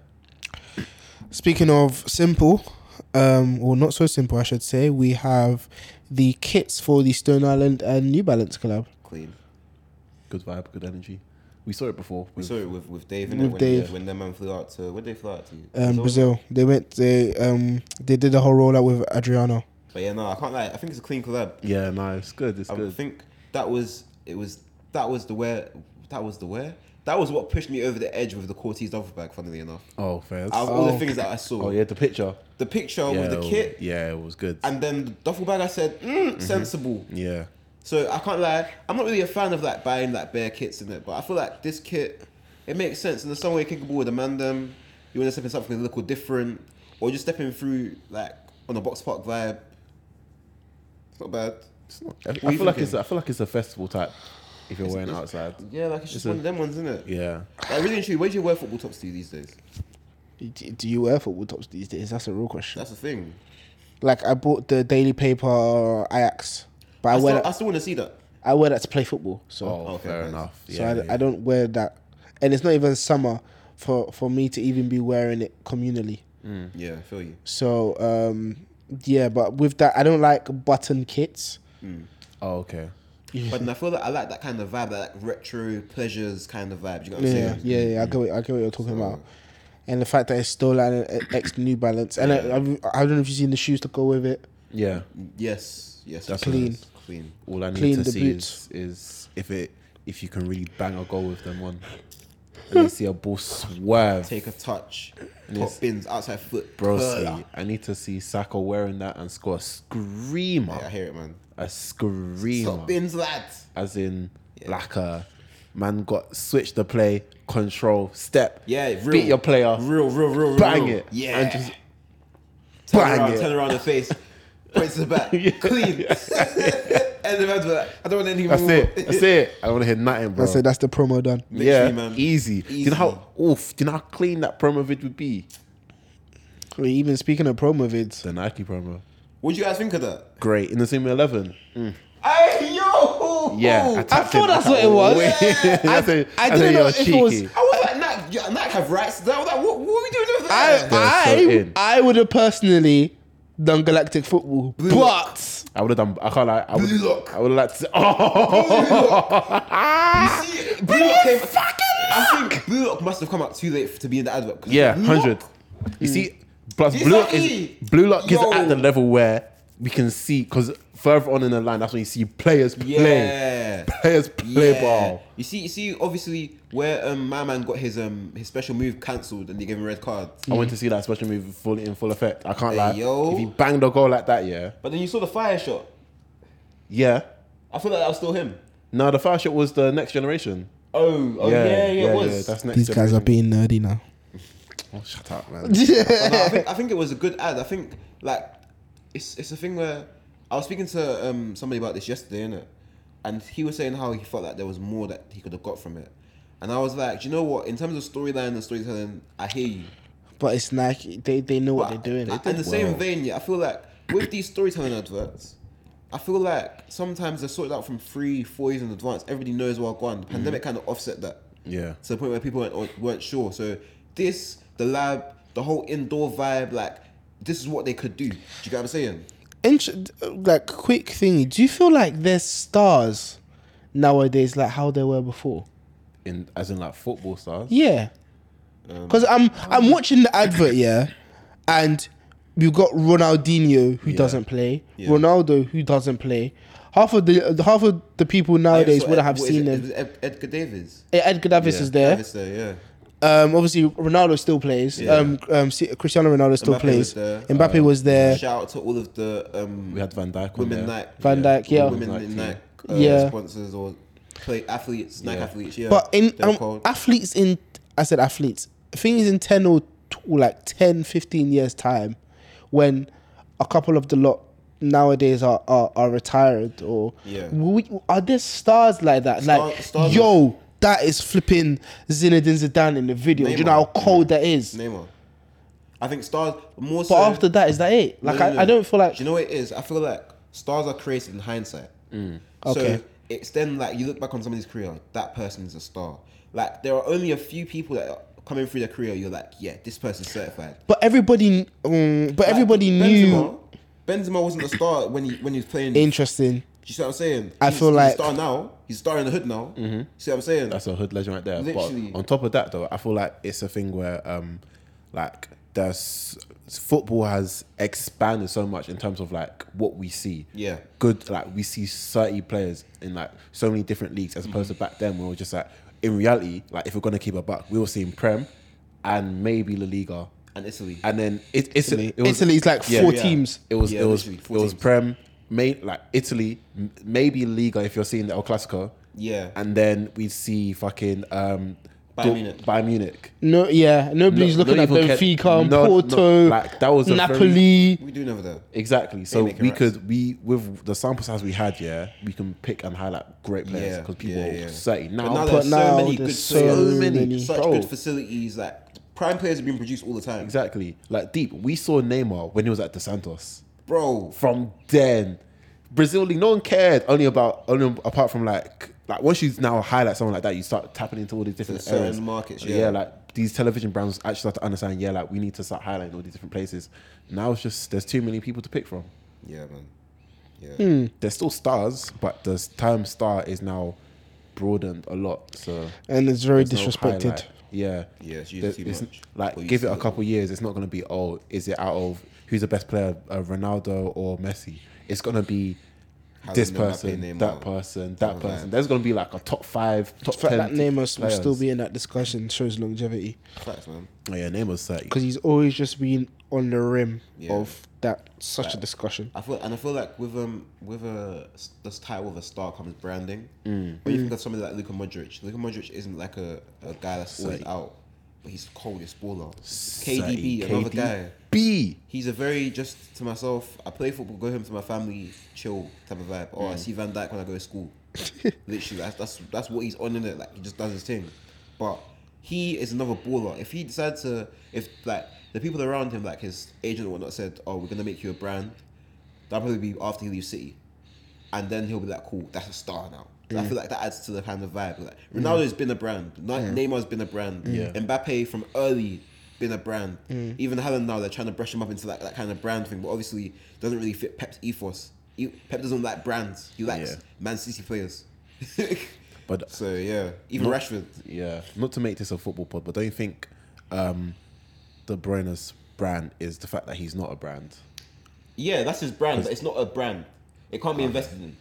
Speaking of simple, um, or not so simple, I should say, we have the kits for the Stone Island and New Balance collab.
Clean.
Good vibe. Good energy. We saw it before.
We
with-
saw it with, with Dave, innit?
With
when,
Dave.
When their man flew out to. Where did they fly out to?
Um, Brazil. They went. They um. They did the whole rollout with Adriano.
But yeah, no, I can't lie. I think it's a clean collab.
Yeah. No, it's good. It's
I
good.
think that was it was that was the where that was the where that was what pushed me over the edge with the Cortez duffel bag. Funnily enough,
oh, fair.
out of all the
Oh.
things that I saw,
Oh yeah, the picture.
the picture
yeah,
Oh,
oh.
with the
it was-
kit
Yeah, it was good.
and then the duffel bag, I said mm, sensible.
yeah.
So I can't lie. I'm not really a fan of like buying like bare kits in it, but I feel like this kit it makes sense in some way. Kickable with a man them, you want to step in something a little different, or just stepping through like on a box park vibe. It's not bad.
It's not, I, I
you
feel like
thinking?
it's. I feel like it's a festival type. If you're wearing
it's-
outside.
Yeah, like it's just
It's
one
a-
of them ones, isn't it?
Yeah.
Like, really and truly, where do you wear football tops to these days?
Do do you wear football tops these days? That's a real question.
That's the thing.
Like I bought the Daily Paper Ajax, but I,
I,
wear
still,
that,
I still want to see that.
I wear that to play football. So
Oh,
Okay,
fair
nice.
enough.
so
Yeah,
I,
yeah.
I don't wear that, and it's not even summer for for me to even be wearing it communally.
Yeah, I feel you.
So um yeah, but with that I don't like button kits.
Oh, okay.
But then I feel that I like that kind of vibe, that like retro pleasures kind of vibe. Do you know what I'm
Yeah,
saying?
yeah, yeah. I get what, I get what you're talking
So-
about, and the fact that it's still an ex New Balance, and I, I don't know if you've seen the shoes to go with it.
Yeah.
Yes, yes.
That's
yes,
clean.
yes, Clean.
All I need
Clean
to
the
see
boots.
is, is if it if you can really bang a goal with them on. I need to see a ball swerve,
Take a touch. Top
Yes.
bins, outside foot.
bro.
Curler.
see, I need to see Saka wearing that and score a screamer,
Yeah, I hear it, man.
a screamer,
Top bins, lads.
as in
Yeah.
like a man got switch the play, control, step,
Yeah, real.
beat your player,
Real, real, real, real.
bang
real.
it,
Yeah.
and just
turn
bang
around,
it.
turn around the
[laughs]
face. Points to the back. Clean. and the man's like, I don't want any
that's
more.
it,
[laughs]
that's it. I want to hear nothing, bro.
I said that's the promo done.
Literally,
yeah,
man.
easy. Do you know how oof? Do you know how clean that promo vid would be?
I mean, even speaking of promo vids,
The Nike promo.
What do you guys think of that?
Great in the Zoom 11.
Hey, yo!
Yeah,
thought that's what it was.
[laughs] I, said-
I
I
didn't
didn't
know
know
if it was-
I was like, Nike, yeah, Nike have rights. That, that, what, what are we doing over there?
They're so
I
in.
I, I would have personally done Galactic Football, but
I would have done. I can't lie. I would.
Blue lock.
I would have liked to. Say, oh,
you see, Blue Lock came. I think Blue Lock must have come out too late to be in the advert. 'cause
yeah,
Blue
hundred.
Lock-
You see, plus
It's
blue lock is
lucky.
blue lock
Yo.
is at the level where we can see because further on in the line, that's when you see players play,
Yeah.
players play
yeah.
ball.
You see, you see, obviously where um, my man got his um his special move cancelled and they gave him a red card.
I went to see that special move full in full effect. I can't lie.
yo.
If he banged a goal like that, yeah,
But then you saw the fire shot.
yeah.
I feel like that was still him.
No, the first shot was the next generation.
Oh, oh yeah, yeah, it was.
that's next
these guys are being nerdy now.
Oh, shut up, man.
But no, I,
[laughs]
think, I think it was a good ad. I think like it's it's a thing where I was speaking to um somebody about this yesterday, innit? And he was saying how he felt like there was more that he could have got from it. And I was like, do you know what? In terms of storyline and storytelling, I hear you.
But it's Nike. They they know what
But
they're doing.
I- in the same vein, yeah, I feel like with these storytelling adverts, I feel like sometimes they're sorted out from three, four years in advance. Everybody knows where I'm going. The
Mm-hmm.
pandemic kind of offset that
Yeah.
to the point where people weren't, weren't sure. So this, the lab, the whole indoor vibe, like this is what they could do. Do you get what I'm saying?
Int- like quick thingy. Do you feel like there's stars nowadays like how they were before?
In as in like football stars.
Yeah.
Um,
Because I'm I'm watching the advert, yeah, and we've got Ronaldinho who doesn't play, Ronaldo who doesn't play, half of the half of the people nowadays wouldn't have
what is
seen
it?
them.
It was Ed- Edgar Davies.
Edgar Davis
Yeah.
is there.
Davis there, yeah.
Um, obviously Ronaldo still plays.
Yeah.
Um, um, C- Cristiano Ronaldo still
Mbappe
plays.
was there. Uh,
Mbappe was there.
Shout out to all of the um,
We had Van Dyke on
women
there.
Nike,
Van Dijk, yeah.
women
Nike
in
team.
Nike uh,
Yeah.
sponsors or play athletes, Nike
Yeah.
athletes, yeah.
But in
They're
um,
called-
athletes in I said athletes. Things in 10 or t- like 10 15 years time when a couple of the lot nowadays are are, are retired or
Yeah.
Will we, are there stars like that like
stars-
yo that is flipping Zinedine Zidane in the video. Do you know how
Neymar.
cold that is?
Neymar. I think stars more
But
so.
after that, is that it? Like
No, no,
I,
no.
I don't feel like
Do you know what it is? I feel like stars are created in hindsight.
Mm. Okay.
So it's then like you look back on somebody's career, that person is a star. Like there are only a few people that are coming through their career, you're like, yeah, this person's certified.
But everybody, um, but
Like,
everybody knew.
Benzema, Benzema wasn't a star when he when he was playing. Do
Interesting.
you see what I'm saying?
I
He's-
feel
he's
like-
a star now. He's a star in the hood now. Mm-hmm. See what I'm saying?
That's a hood legend right there.
Literally.
But on top of that, though, I feel like it's a thing where, um, like, there's football has expanded so much in terms of like what we see.
Yeah.
Good, like we see thirty players in like so many different leagues as opposed
Mhm.
to back then when we were just like in reality, like if we're gonna keep a buck, we were seeing Prem and maybe La Liga,
and Italy.
and then it, Italy. It was,
Italy's like
Yeah.
four
Yeah.
teams.
It was
Yeah,
it was
literally,
it
four
was
teams.
Prem, may, like Italy, m- maybe Liga if you're seeing the El Clasico.
Yeah.
And then we see fucking um
Bayern
Dor-
Munich.
Bayern Munich.
No, yeah, nobody's
No-
looking
not
at
even kept-
Benfica, and
no- no,
Porto,
like, that was a
Napoli.
we do never though.
Exactly. So
make it
we
right.
could we with the sample size we had, yeah, we can pick and highlight great players
Yeah,
because people
yeah,
are
yeah.
say
But
now,
now
But
there's
now
so many good
there's
players,
so many.
such
Bro.
good facilities. Like prime players have been produced all the time,
exactly like deep. We saw Neymar when he was at the Santos.
bro.
From then, Brazil league, no one cared. Only about only apart from like like once you now highlight someone like that, you start tapping into all these different
certain
areas.
markets,
And
yeah.
like these television brands actually start to understand. Yeah, like we need to start highlighting all these different places. Now it's just there's too many people to pick from.
Yeah, man. Yeah.
there's still stars, but the term star is now broadened a lot. So
and it's very
there's no
disrespected.
highlight. yeah.
Yeah, it's used
There-
too
it's-
much.
Like,
Or
give
used
it a
to-
couple years. It's not going to be, oh, is it out of who's the best player, uh, Ronaldo or Messi? It's going to be
Has
this
Mbappe,
person,
Neymar.
that person, that
Okay.
person. There's going to be like a top five, top
The fact
ten.
that Neymar will
players.
still be in that discussion shows longevity
Facts, man.
Oh, yeah, Neymar's 30.
because he's always just been on the rim
Yeah.
of that such a discussion.
I feel and I feel like with um with a s- this title with a star comes branding. When you think of somebody like Luka Modric, Luka Modric isn't like a, a guy that's always
Say.
out, but he's the coldest baller.
Say,
KDB, another guy.
B.
He's a very just to myself. I play football, go home to my family, chill type of vibe. Or I see Van Dyke when I go to school. Literally, that's that's that's what he's on in it. Like he just does his thing. But he is another baller. If he decides to, if like the people around him, like his agent or whatnot, said, "Oh, we're gonna make you a brand," that'll probably be after he leaves City, and then he'll be like, "Cool, that's a star now." 'Cause
Mm.
I feel like that adds to the kind of vibe. Like Ronaldo's been a brand, Na- Neymar's been a brand,
Mm. Yeah. Mm.
Mbappe from early been a brand. Even Haaland now they're trying to brush him up into that, that kind of brand thing, but obviously doesn't really fit Pep's ethos. He- Pep doesn't like brands. He likes
Yeah.
Man City players. [laughs]
But
so yeah, even Rashford.
yeah, not to make this a football pod, but don't you think um, De Bruyne's brand is the fact that he's not a brand?
Yeah, that's his brand, but it's not a brand. It can't be invested in. Do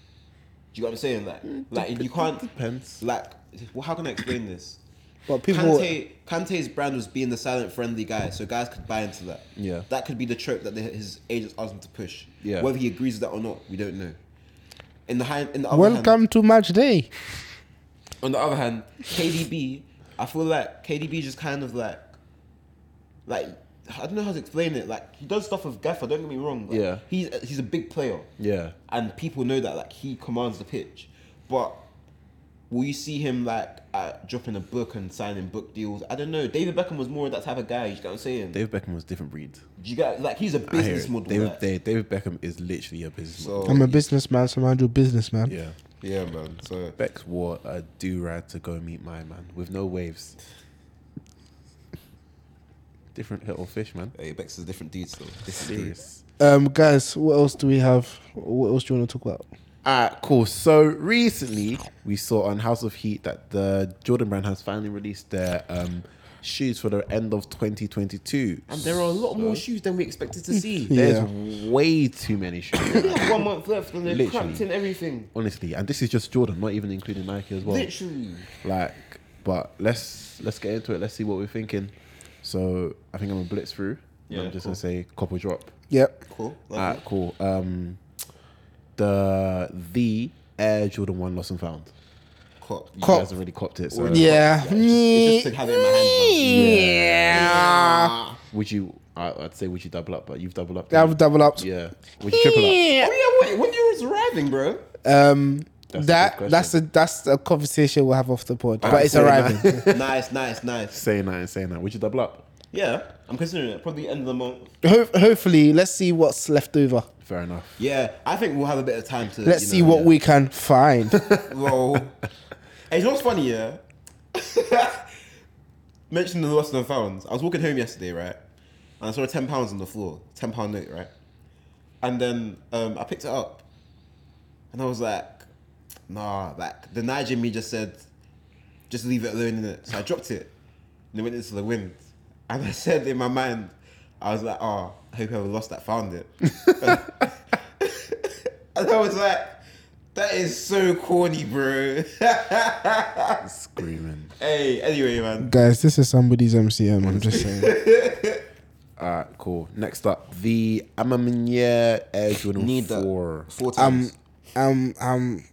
you know what I'm saying? Like,
Mm.
like you can't.
depends.
Like, well, how can I explain this?
But people,
Kante, Kante's brand was being the silent friendly guy, so guys could buy into that.
Yeah.
That could be the trope that they, his agents asked him to push.
Yeah.
Whether he agrees with that or not, we don't know. In the hand, in the other hand,
welcome to match day.
on the other hand, KDB, I feel like KDB just kind of like, like I don't know how to explain it. Like he does stuff with Gaffer. Don't get me wrong. Like,
Yeah.
He's he's a big player.
Yeah.
And people know that. Like he commands the pitch, but will you see him like uh, dropping a book and signing book deals? I don't know. David Beckham was more of that type of guy. You get what I'm saying?
David Beckham was a different breed.
you got like he's a
I hear
business
it.
model.
David,
like.
Da- David Beckham is literally a business model.
so
I'm a businessman, so mind your business, man.
Oh, Yeah.
yeah, man. So
Bex wore a do rag to go meet my man with no waves. Different little fish, man.
hey, Bex is a different dude. Still, this is
Serious.
Um, guys, what else do we have? What else do you want to talk about?
Alright, cool. So recently we saw on House of Heat that the Jordan brand has finally released their um shoes for the end of 2022.
And there are a lot more shoes than we expected to see.
There's
[laughs] Yeah.
way too many shoes.
We have one month left and they're
Literally.
cramped in everything.
[coughs] Honestly, and this is just Jordan, not even including Nike as well.
Literally.
Like, but let's let's get into it. Let's see what we're thinking. So I think I'm gonna blitz through. and
Yeah,
I'm just
cool.
gonna say couple drop.
Yep.
Cool.
Alright, cool. Um, the the Air Jordan One Lost and Found.
Cop.
You
Cop.
guys have already copped it. So
Yeah.
It's just to have it in my hand.
Yeah.
Oh,
would you? I, I'd say would you double up, but you've doubled up.
I've double up.
yeah. Would you triple [laughs] up?
Oh yeah, wait. When you was arriving, bro.
Um,
That's a
that
good
that's a that's a conversation we'll have off the board, but it's
cool,
arriving.
[laughs]
[laughs]
nice, nice, nice.
Saying that and saying that. Would you double up?
Yeah, I'm considering it. Probably end of the month.
Ho- hopefully, let's see what's left over.
Fair enough.
Yeah, I think we'll have a bit of time to.
Let's
you
see
know,
what
[laughs] yeah.
we can find.
[laughs]
Well, hey, you know what's funny, yeah? [laughs] Mentioned the lost and founds. I was walking home yesterday, right? And I saw a ten pounds on the floor, ten pound note, right? And then um, I picked it up, and I was like, Nah, like the Niger in me just said, just leave it alone in it. So I dropped it, and it went into the wind. And I said in my mind, I was like, Oh, I hope whoever lost that found it. [laughs] And I was like, that is so corny, bro. [laughs]
Ah.
Screaming.
hey, anyway, man.
Guys, this is somebody's MCM. I'm just saying.
All right, cool. Next up, the Amamanier Air Jordan
Need that.
4.
Four times.
[laughs] I'm I'm I'm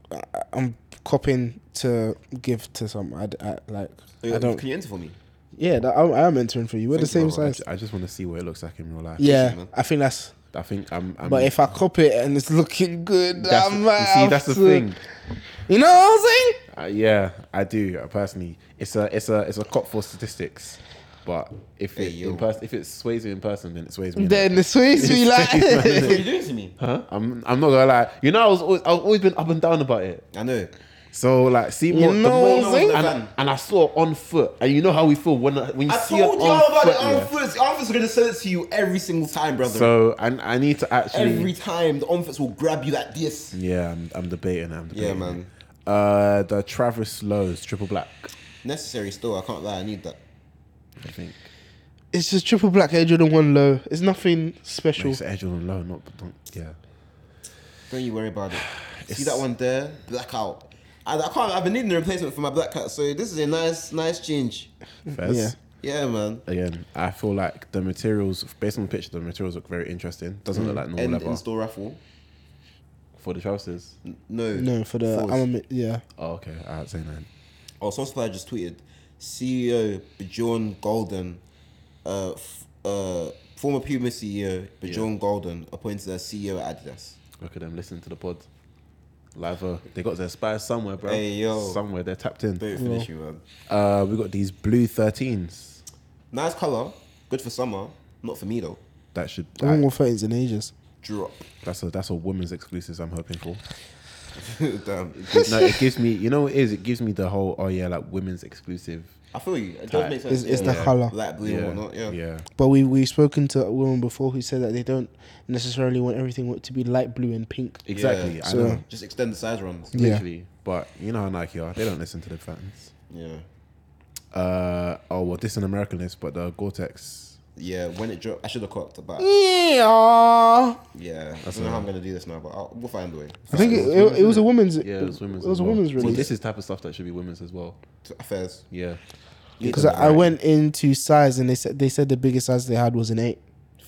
I'm copying to give to some. I, d- I- like
Wait,
I don't.
Can you enter for
[laughs]
me?
Yeah, that, I'm, I'm entering for you. We're the
Bro,
same
I
size.
ju- I, just want to see what it looks like in real life.
you,
Yeah,
man.
I think that's.
I think I'm. I'm
But if I cop it and it's looking good,
that's,
I
the- you
might
see,
have
that's the
to-
thing.
You know what I'm saying?
Uh, yeah, I do uh, personally. It's a it's a it's a cop for statistics, but if
Hey,
it
yo.
in person if it sways you in person, then it sways me.
Then
[laughs]
the Swiss be
That's what
like.
you doing to me?
huh? I'm I'm not gonna lie. You know, I was always, I've always been up and down about it.
I know.
So like, see
You
more, the
know
more
what I'm saying?
and, and I saw on foot, and you know how we feel when when you
I
see it
told
on
you all about
foot.
the
yeah.
on foots. The on foots are going to sell it to you every single time, brother.
So and I need to actually.
every time the on foots will grab you like this.
yeah, I'm, I'm debating. I'm
Yeah,
debating.
man.
Uh, the Travis Lowe's triple black.
Necessary still, I can't lie, I need that.
I think
It's just triple black Air Jordan 1 low. It's nothing special.
it's Air Jordan Low, not don't, yeah.
Don't you worry about it. [sighs] See that one there? Blackout. I, I can't, I've been needing a replacement for my black cat, so this is a nice, nice change.
Fez?
Yeah.
Mm, Yeah, man.
again, I feel like the materials, based on the picture, the materials look very interesting. Doesn't look like normal
End
leather
in store raffle.
for the trousers.
N- No.
No, for the
Fours.
armament, yeah.
Oh, okay. I'd say nine.
Oh, some supplier just tweeted CEO Bjorn Golden, uh, f- uh, former Puma CEO E Bjorn Golden appointed as CEO at Adidas.
Look at them listening to the pod. Live, uh, they got their spies somewhere, bro.
Hey, yo.
Somewhere they're tapped in.
Don't finish you, man.
Uh, we got these blue 13s.
Nice color, good for summer. Not for me though.
That should
I haven't
that-
worn 13s in ages.
Drop. [laughs]
that's a that's a woman's exclusive. I'm hoping for. [laughs]
[laughs] Damn.
No, it gives me you know what it is. It gives me the whole oh yeah like women's exclusive.
I feel you. It does make sense.
It's, it's
yeah.
the colour.
Light blue and whatnot. Yeah.
yeah.
But we, we've spoken to women before who said that they don't necessarily want everything to be light blue and pink.
Exactly. I
So-
know.
Just extend the size runs.
Yeah.
Literally. But you know how Nike are. They don't listen to the fans.
Yeah.
Uh, oh well, this is an American list, but the Gore-Tex.
Yeah. When it dropped, I should have caught the back.
Yeah.
Yeah. I don't know how I'm gonna do this now, but I'll, we'll find a way.
I think it, it, it was a woman's.
Yeah, it was women's.
It was
as
a
well.
woman's
Well,
release.
this is type of stuff that should be women's as well.
Affairs.
Yeah.
Because I, I went into size and they said they said the biggest size they had was an eight.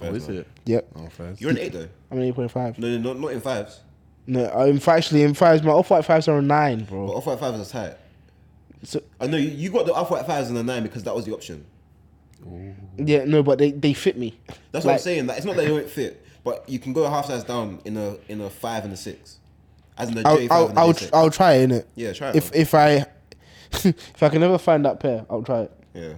Oh, is it?
Yep.
Oh, first.
You're an eight though.
I'm an eight point five.
No, no, not not in fives.
No, I'm actually in fives. My off white fives are a nine, bro.
But off white fives are tight.
So
I know you, you got the off white fives and the nine because that was the option.
yeah, no, but they, they fit me.
That's what I'm
Like-
saying. Like, it's not that they won't fit, but you can go a half size down in a in a five and a six, as in the J
I'll
five
I'll
and the
I'll,
J6.
tr- I'll try it innit?
Yeah, try it,
If
man.
if I [laughs] if I can never find that pair, I'll try it.
yeah,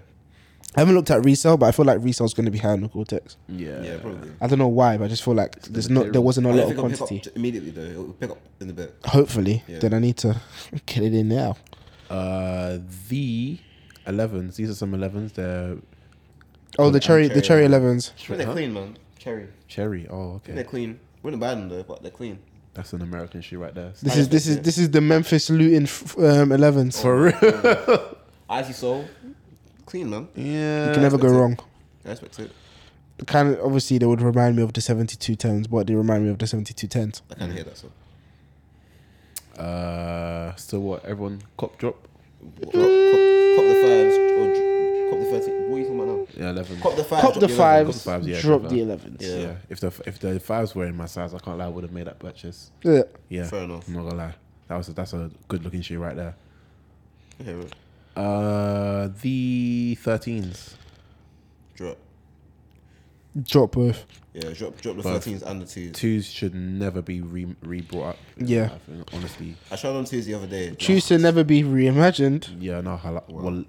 I haven't looked at resale, but I feel like resale's going to be high on the Cortex.
Yeah.
yeah, probably.
I don't know why, but I just feel like there's not there
material.
wasn't a
I
lot
don't
of
think it'll pick up
quantity.
j- immediately though. It'll pick up in a bit.
Hopefully,
Yeah.
then I need to [laughs] get it in now.
Uh, the 11s. These are some 11s. They're
Oh, the cherry, the
cherry.
cherry elevens.
I think they're clean, man. Cherry. I think
cherry. Oh,
They're
okay.
clean. We're not buying them though, but they're clean.
That's an American shoe right there.
This is this is this is the Memphis Luton f- um, elevens.
for real.
Icy Soul. clean, man.
Yeah.
You can never go
that's it.
wrong.
I respect it.
Kind of obviously they would remind me of the seventy two tens, but they remind me of the seventy two tens.
I can't hear that song.
Uh, so what? Everyone cop drop.
Cop, cop, cop the fives or dr- cop the thirteen. What are you talking about
Yeah, eleven.
now? Cop the fives.
Cop
drop
the
eleven.
fives,
Cop the fives, yeah,
drop
drop
the
that.
elevens.
Yeah.
yeah. If the if the fives were in my size, I can't lie. I would have made that purchase.
Yeah.
Yeah.
Fair enough.
I'm not gonna lie. That was a, that's a good looking shoe right there.
Okay, right.
Uh, the thirteens.
Drop.
Drop both.
Yeah, drop drop the
Both.
thirteens and the twos.
Twos should never be re re brought up.
Yeah.
I think, honestly.
I tried on twos the other day.
Choose to never be reimagined.
Yeah, no, hala- well,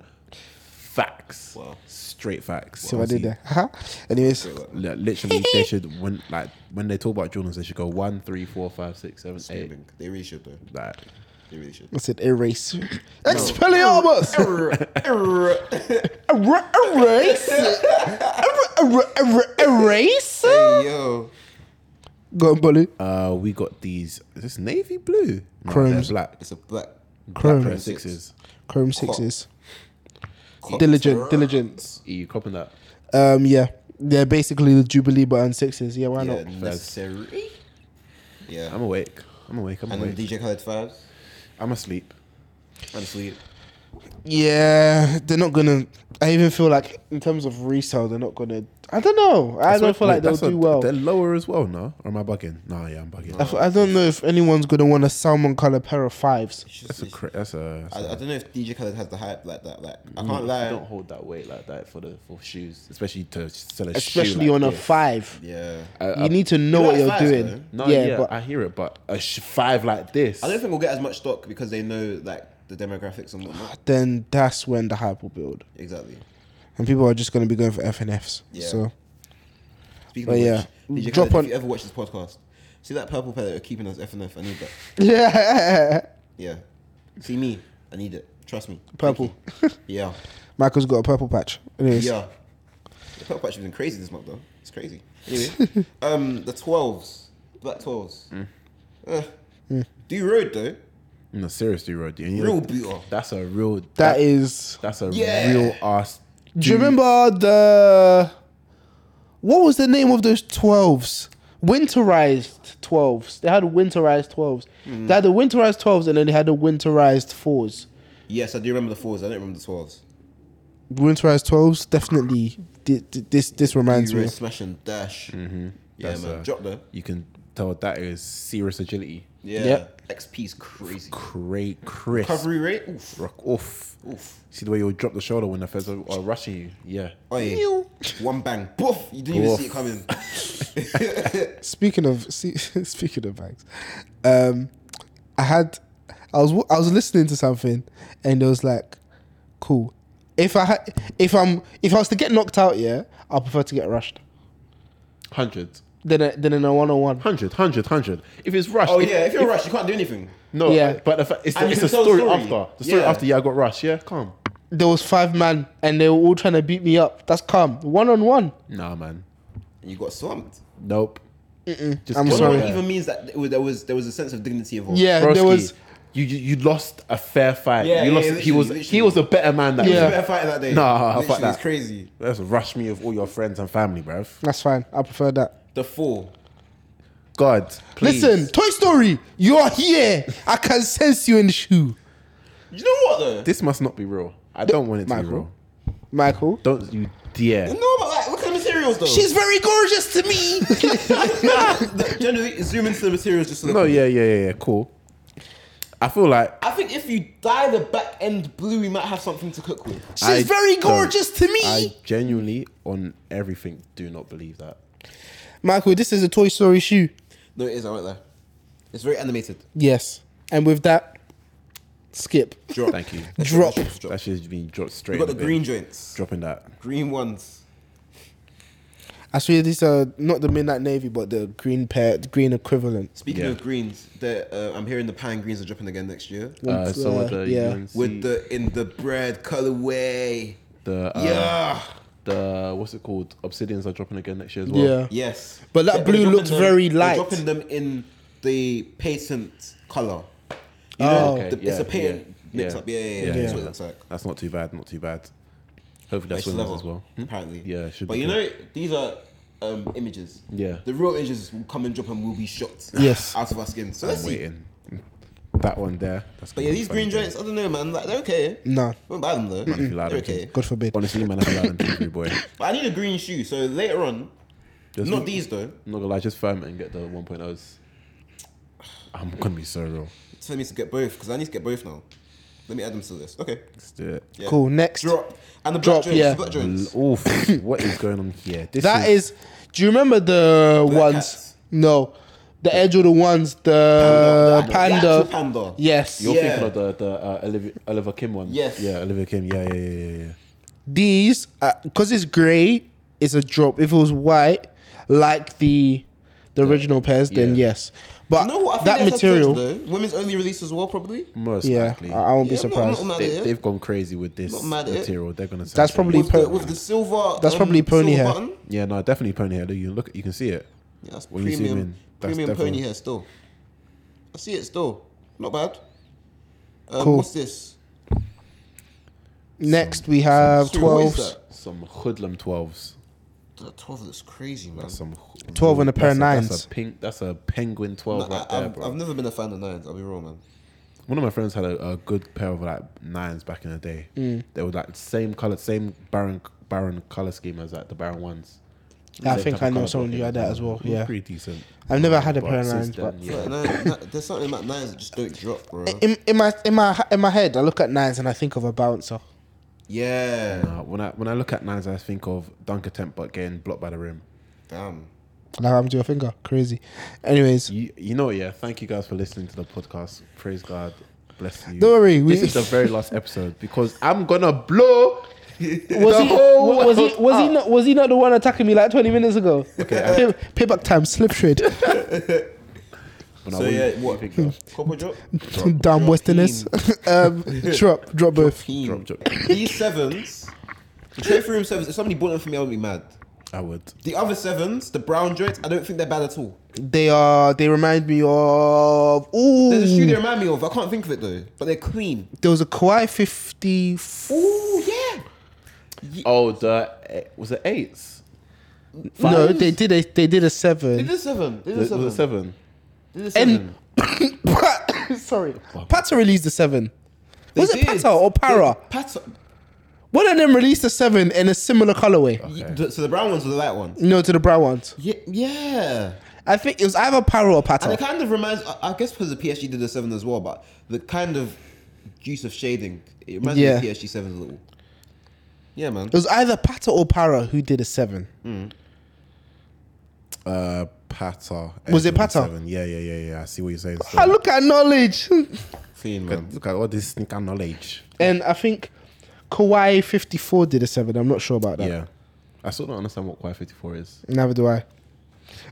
facts.
Wow.
Straight facts.
So I did
Honestly,
that. Haha. Anyways,
li- Literally,
[laughs]
they should when like when they talk about Jordans, they should go one, three, four, five, six, seven, eight.
Screaming. They really should though.
Like,
They really should.
I said
[laughs]
erase. Expelliarmus. Erra- Erase. Erra- erra- erra- Erase.
hey yo.
Go on, Bolly.
uh, we got these. Is this navy blue? No,
Chromes.
they're black.
It's a black
Chrome.
Black sixes.
Chrome sixes.
cop.
Diligent, diligent.
E, You copping that?
Um, yeah, they're basically the Jubilee button sixes. Yeah, why
Yeah,
not?
necessary. Yeah.
I'm awake. I'm awake. I'm
and then
awake.
DJ Khaled fives
I'm asleep.
and sleep.
Yeah, they're not gonna. I even feel like in terms of resale, they're not gonna. I don't know. I don't feel like they'll
That's a-
do well.
They're lower as well, no? Or am I bugging? Nah, yeah, I'm bugging.
I f- I don't know if anyone's gonna want a salmon color pair of fives.
[laughs] That's a cra- that's a. That's
I, I
a
don't know if DJ Khaled has the hype like that. Like I
Mm,
can't
you
lie.
don't hold that weight like that for the for shoes, especially to sell a
Especially
shoe
on a
like
five,
Yeah.
this. I- I-
you need to know
You
what
like
you're
fives,
doing.
no,
yeah,
yeah,
but
I hear it, but a sh- five like this.
I don't think we'll get as much stock because they know like the demographics and whatnot.
then that's when the hype will build,
Exactly.
and people are just gonna be going for F and Fs.
Yeah.
So
Speaking
But
of
yeah,
which, DJ
drop
Khaled,
on-
if you ever watch this podcast, see that purple pair that are keeping us F and F. I need that.
[laughs] yeah,
Yeah. See me. I need it. Trust me.
Purple.
Thank you.
[laughs]
Yeah.
Michael's got a purple patch. Anyways,
Yeah. The purple patch has been crazy this month though. It's crazy.
[laughs]
Anyway, um, the twelves, black twelves.
Mm.
Uh, D road though,
no, seriously, Rod. you know,
real beater.
That's a real.
that is
That's a
Yeah.
real ass.
Do you remember the what was the name of those twelves? Winterized twelves. They had winterized twelves. They had the winterized twelves, and then they had the winterized fours.
Yes, I do remember the fours. I don't remember the twelves.
Winterized twelves definitely. thi- thi- This this reminds
D
me.
road smash and dash. Mm-hmm. Yeah,
That's,
man.
uh,
Drop though.
You can tell that is serious agility.
Yeah.
Yep.
XP's crazy.
Great, crisp.
Recovery rate. Oof.
Rock off.
Oof.
See the way you'll drop the shoulder when the feds are, are rushing you. Yeah.
Oi. Oh, One bang. Poof. You didn't even
Poof.
see it coming.
Speaking of [laughs] see, speaking of bags, um, I had I was wa- I was listening to something, and it was like, cool. If I had, if I'm if I was to get knocked out, yeah, I prefer to get rushed.
Hundreds.
than a, than in a one on one.
Hundred, hundred, hundred. If it's rushed,
Oh
if-
yeah. If you're rushed, you can't do anything.
No,
Yeah.
I- but the fact, it's,
And
the,
you
it's
can
the
tell the
story,
story.
after. The story
Yeah.
after, yeah, I got rushed. Yeah, calm.
There was five man, and they were all trying to beat me up. That's calm. One on one.
Nah, man.
And you got swamped.
Nope. Just
I'm
get
One
sorry.
out
one
there.
even means that there was- there was there was a sense of dignity involved.
Yeah,
Broski,
there was.
You, you you lost a fair fight.
Yeah,
you
yeah,
lost.
yeah,
he was
literally,
he was a better man that
Yeah.
yeah.
It's a better fight that day.
Nah, fuck
Literally,
that.
It's crazy.
Let's rush me of all your friends and family, bruv.
That's fine. I prefer that.
The four.
God, please.
Listen, Toy Story, you are here. I can sense you in the shoe,
You know what though?
this must not be real. I don't want it to
Michael.
be real.
Michael.
Don't you dare.
no, but like, look at the materials though.
She's very gorgeous to me.
The- [laughs] generally zoom into the materials just a little.
No, yeah, yeah, yeah, yeah. Cool. I feel like
I think if you dye the back end blue, we might have something to cook with.
She's
I
very
don't-
gorgeous to me.
I genuinely, on everything, do not believe that.
[laughs] Michael, this is a Toy Story shoe.
No, it is. I went there. It's very animated.
Yes. And with that, skip.
Drop.
Thank you.
Drop.
Drop.
That should be dropped straight.
We got the
in bin.
green joints.
dropping that.
Green ones.
I swear these are not the midnight navy, but the green pair, the green equivalent.
Speaking
Yeah.
of greens, the, uh, I'm hearing the pan greens are dropping again next year
Uh,
Once,
some
uh,
of the
yeah.
you can see
with the in the bread colorway.
the uh,
yeah.
the what's it called? Obsidians are dropping again next year as well.
Yeah.
Yes.
But that
They're
blue
dropping
looked very
they're
light.
Dropping them in the patent color. You
Oh.
know,
Okay,
the- it's
yeah,
a patent
yeah,
mix up. Yeah, yeah, yeah.
yeah,
That's
yeah.
what it looks like.
That's not too bad. Not too bad. Hopefully that's
Next
winners
level,
as well. Hmm?
Apparently.
Yeah, it should
But
be
you
good.
know, these are um, images.
Yeah.
The real images will come and drop and we'll be shocked.
Yes.
Out of our skin. So let's
I'm
see.
waiting. That one there. That's
But
gonna
yeah,
be
these
funny.
green joints, I don't know, man. Like, they're okay.
No,
Won't buy them though.
Man, if you like
They're
them, too.
okay.
God forbid.
Honestly, man, I feel
[laughs]
like them too, boy.
But I need a green shoe. So later on,
Just
not these though.
I'm not gonna lie, just firm it and get the 1.0s. I'm gonna be so real.
Tell me to get both because I need to get both now. Let me add them to this. Okay.
Let's do it.
Yeah.
Cool. Next,
Drop and the
Drop,
black joints.
yeah.
the black joints.
L- Oof, [coughs] what is going on here? This
that is. Do you remember the
Black
ones?
cats.
No, the Air Jordan ones. The
The- the
panda.
actual panda.
Yes,
You're
Yeah.
thinking of the the uh, Olivia, Oliver Kim one.
Yes.
Yeah, Oliver Kim. Yeah, yeah, yeah, yeah, yeah.
these because it's grey, it's a drop. If it was white, like the the original pairs, then
yeah.
yes. But
You know what? I think
that
that's
material,
potential, though. Women's only release as well, probably.
Most
yeah,
likely.
I, I won't be
Yeah, I'm not- I'm not
surprised.
mad at
they,
it.
have gone crazy with this
Not mad at it.
material. They're gonna. sell
That's
so
probably
much.
With the,
purple.
with the silver.
That's
um,
probably pony
silver
hair.
button.
Yeah, no, definitely pony hair. though. You look, you can see it.
Yeah, that's
When you zoom
premium,
in, that's
premium pony
definitely-
hair still. I see it still. Not bad. Um,
Cool.
What's this?
Next, we have
Sorry, what is
12s.
that?
Some hoodlum twelves.
That 12 looks crazy, man.
That's some
12 and a pair of
that's
nines.
That's a pink. That's a penguin
No,
twelve
I,
right there,
I've,
bro.
I've never been a fan of nines, I'll be real, man.
One of my friends had a, a good pair of like nines back in the day.
Mm.
They were like same color, same Baron Baron color scheme as like the Baron ones.
I
Same
think
type of
I know
colour
someone who
blocking.
had that as well,
It was
yeah.
pretty decent.
I've never had a
But
pair of
since
nines,
then,
but
yeah.
Like, nine, nine, there's something [laughs] about nines that just don't drop, bro.
in, in my in my in my head, I look at nines and I think of a bouncer.
Yeah.
Nah, when I when I look at nines, I think of dunk attempt but getting blocked by the rim.
Damn.
Like I'm to your finger, crazy. Anyways,
You, you know, yeah. Thank you guys for listening to the podcast. Praise God, bless you.
Don't worry, we-
this is the very last episode because I'm gonna
[laughs]
blow.
was
the
he
whole
was he
world
was he
up.
not was he not the one attacking me like 20 minutes ago? [laughs] Pay, payback time, slip [laughs] trade,
But I
So,
wouldn't-
yeah,
you
what?
think that-
Copper drop?
[laughs] damn westerners. [laughs] um, drop drop both.
Keen.
Drop, drop.
These sevens, the trophy room sevens, if somebody bought them for me, I would be mad.
I would.
The other sevens, the brown joints, I don't think they're bad at all.
They are. They remind me of.
There's a shoe they
Ooh,
remind me of. I can't think of it though, but they're clean.
there was a Kawhi fifty.
Ooh, yeah.
Oh, the eh, was it eights?
No, they did. A, they did a
This
seven.
is seven. This
Was
is
it- was
seven.
it seven?
This is seven.
And [coughs] sorry, Pata released the seven.
They
was it
did.
Pata or Para?
They- Pata.
One of them released a seven in a similar colorway.
Okay.
Y- th- So the brown ones are the light ones.
No, to the brown ones.
Yeah, yeah.
I think it was either Para or
And it
Pata.
kind of reminds. I- I guess because the PSG did the seven as well, but the kind of juice of shading it reminds me
Yeah.
of PSG sevens a little. Yeah, man.
It was either Pata or Para who did a seven.
Mm.
Uh, Pata.
Was it
Edge of the
Pata?
Seven. Yeah, yeah, yeah, yeah. I see what you're saying.
Ah,
look,
look at knowledge. [laughs]
Clean,
at,
man.
look at all this sneaker knowledge.
and I think Kawhi fifty four did a seven. I'm not sure about that.
Yeah, I still don't understand what Quiet 54 is.
Neither do I.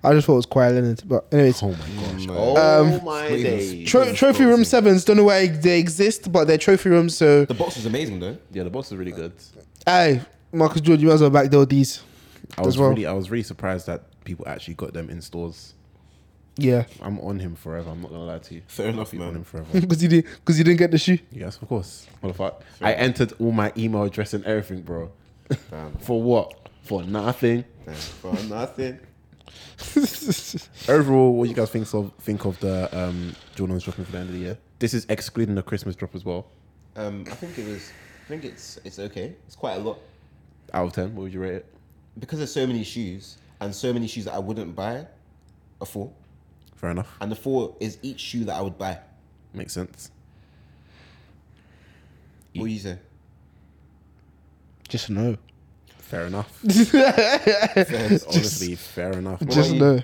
I just thought it was Kawhi Leonard, but anyways.
Oh my gosh.
Oh
my days.
Um, Tro- trophy room sevens. Don't know why they exist, but they're trophy rooms. So,
The box is amazing though.
Yeah, the box is really good.
aye, Marcus Jordan, you might as well back door these.
I was
well.
really, I was really surprised that people actually got them in stores.
Yeah,
I'm on him forever. I'm not gonna lie to you.
Fair enough,
I'm on him
man.
[laughs]
forever.
because you did, because you didn't get the shoe.
yes, of course. Motherfucker. I entered all my email address and everything, bro. For what? For nothing.
Damn, For nothing.
Overall, what you guys think of think of the um, Jordan's dropping for the end of the year? This is excluding the Christmas drop as well.
Um, I think it was. I think it's it's okay. It's quite a lot.
Out of ten, what would you rate it?
because there's so many shoes and so many shoes that I wouldn't buy, a four.
Fair enough.
And the four is each shoe that I would buy.
Makes sense.
What do you [laughs] say?
Just [laughs] no.
Fair
[laughs]
enough.
Fair.
Honestly, fair enough.
Just no.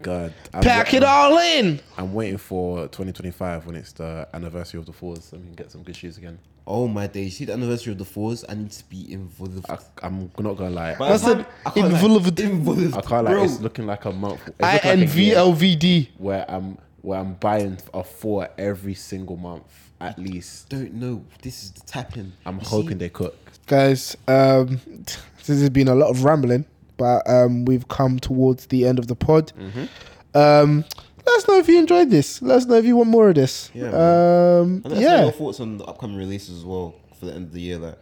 God, I'm,
Pack it all in.
I'm waiting for 2025 when it's the anniversary of the fours and we can get some good shoes again.
oh my days! You see the anniversary of the fours? I need to be involved.
I, I'm not gonna lie.
By the
That's
time-
it.
I can't lie,
Involved.
Involved.
I can't lie.
Bro,
It's looking like a month. it's
I
looking like a
N V
year
L V D.
where I'm where I'm buying a four every single month at least.
don't know. This is the tapping.
I'm
You
hoping
see?
they cook.
Guys, um, this has been a lot of rambling, but um, we've come towards the end of the pod. Um, let us know if you enjoyed this. Let us know if you want more of this.
Yeah,
um,
And let us know
yeah.
your thoughts on the upcoming releases as well for the end of the year. Like,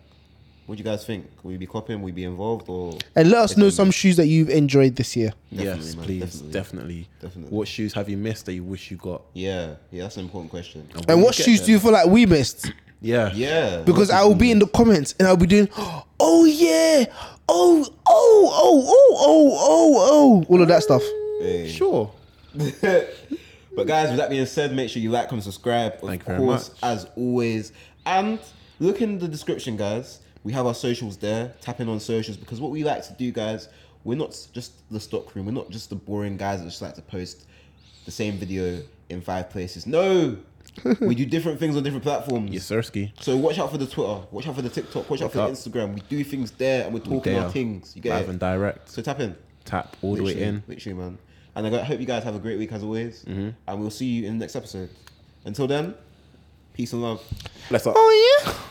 What do you guys think? Will you be copying? Will you be involved or
And let us know some shoes that you've enjoyed this year.
Definitely,
yes,
man,
please,
definitely.
definitely.
Definitely.
What shoes have you missed that you wish you got?
Yeah, yeah, that's an important question.
And
We'll
what
get
shoes
there.
do you feel like we missed?
Yeah,
Yeah,
Because I will be in the comments and I'll be doing, oh yeah, oh, oh, oh, oh, oh, oh, oh, all of that stuff.
Hey.
sure.
[laughs] but guys, with that being said, make sure you like, comment, subscribe. Of
Thank you very
course,
much.
as always. And look in the description, guys. We have our socials there. Tap in on socials because what we like to do, guys, we're not s- just the stock room. We're not just the boring guys that just like to post the same video in five places.
[laughs]
No, we do different things on different platforms.
Yes, Sirski.
So watch out for the Twitter. Watch out for the TikTok. Watch out for the
up.
Instagram. We do things there, and we're talking
there.
our things. You get
Live
it?
and direct.
So tap in.
Tap all the way
Literally,
in. Mm-hmm.
Literally, man. And I go- I hope you guys have a great week as always. And we'll see you in the next episode. Until then, peace and love.
Bless up.
Oh yeah.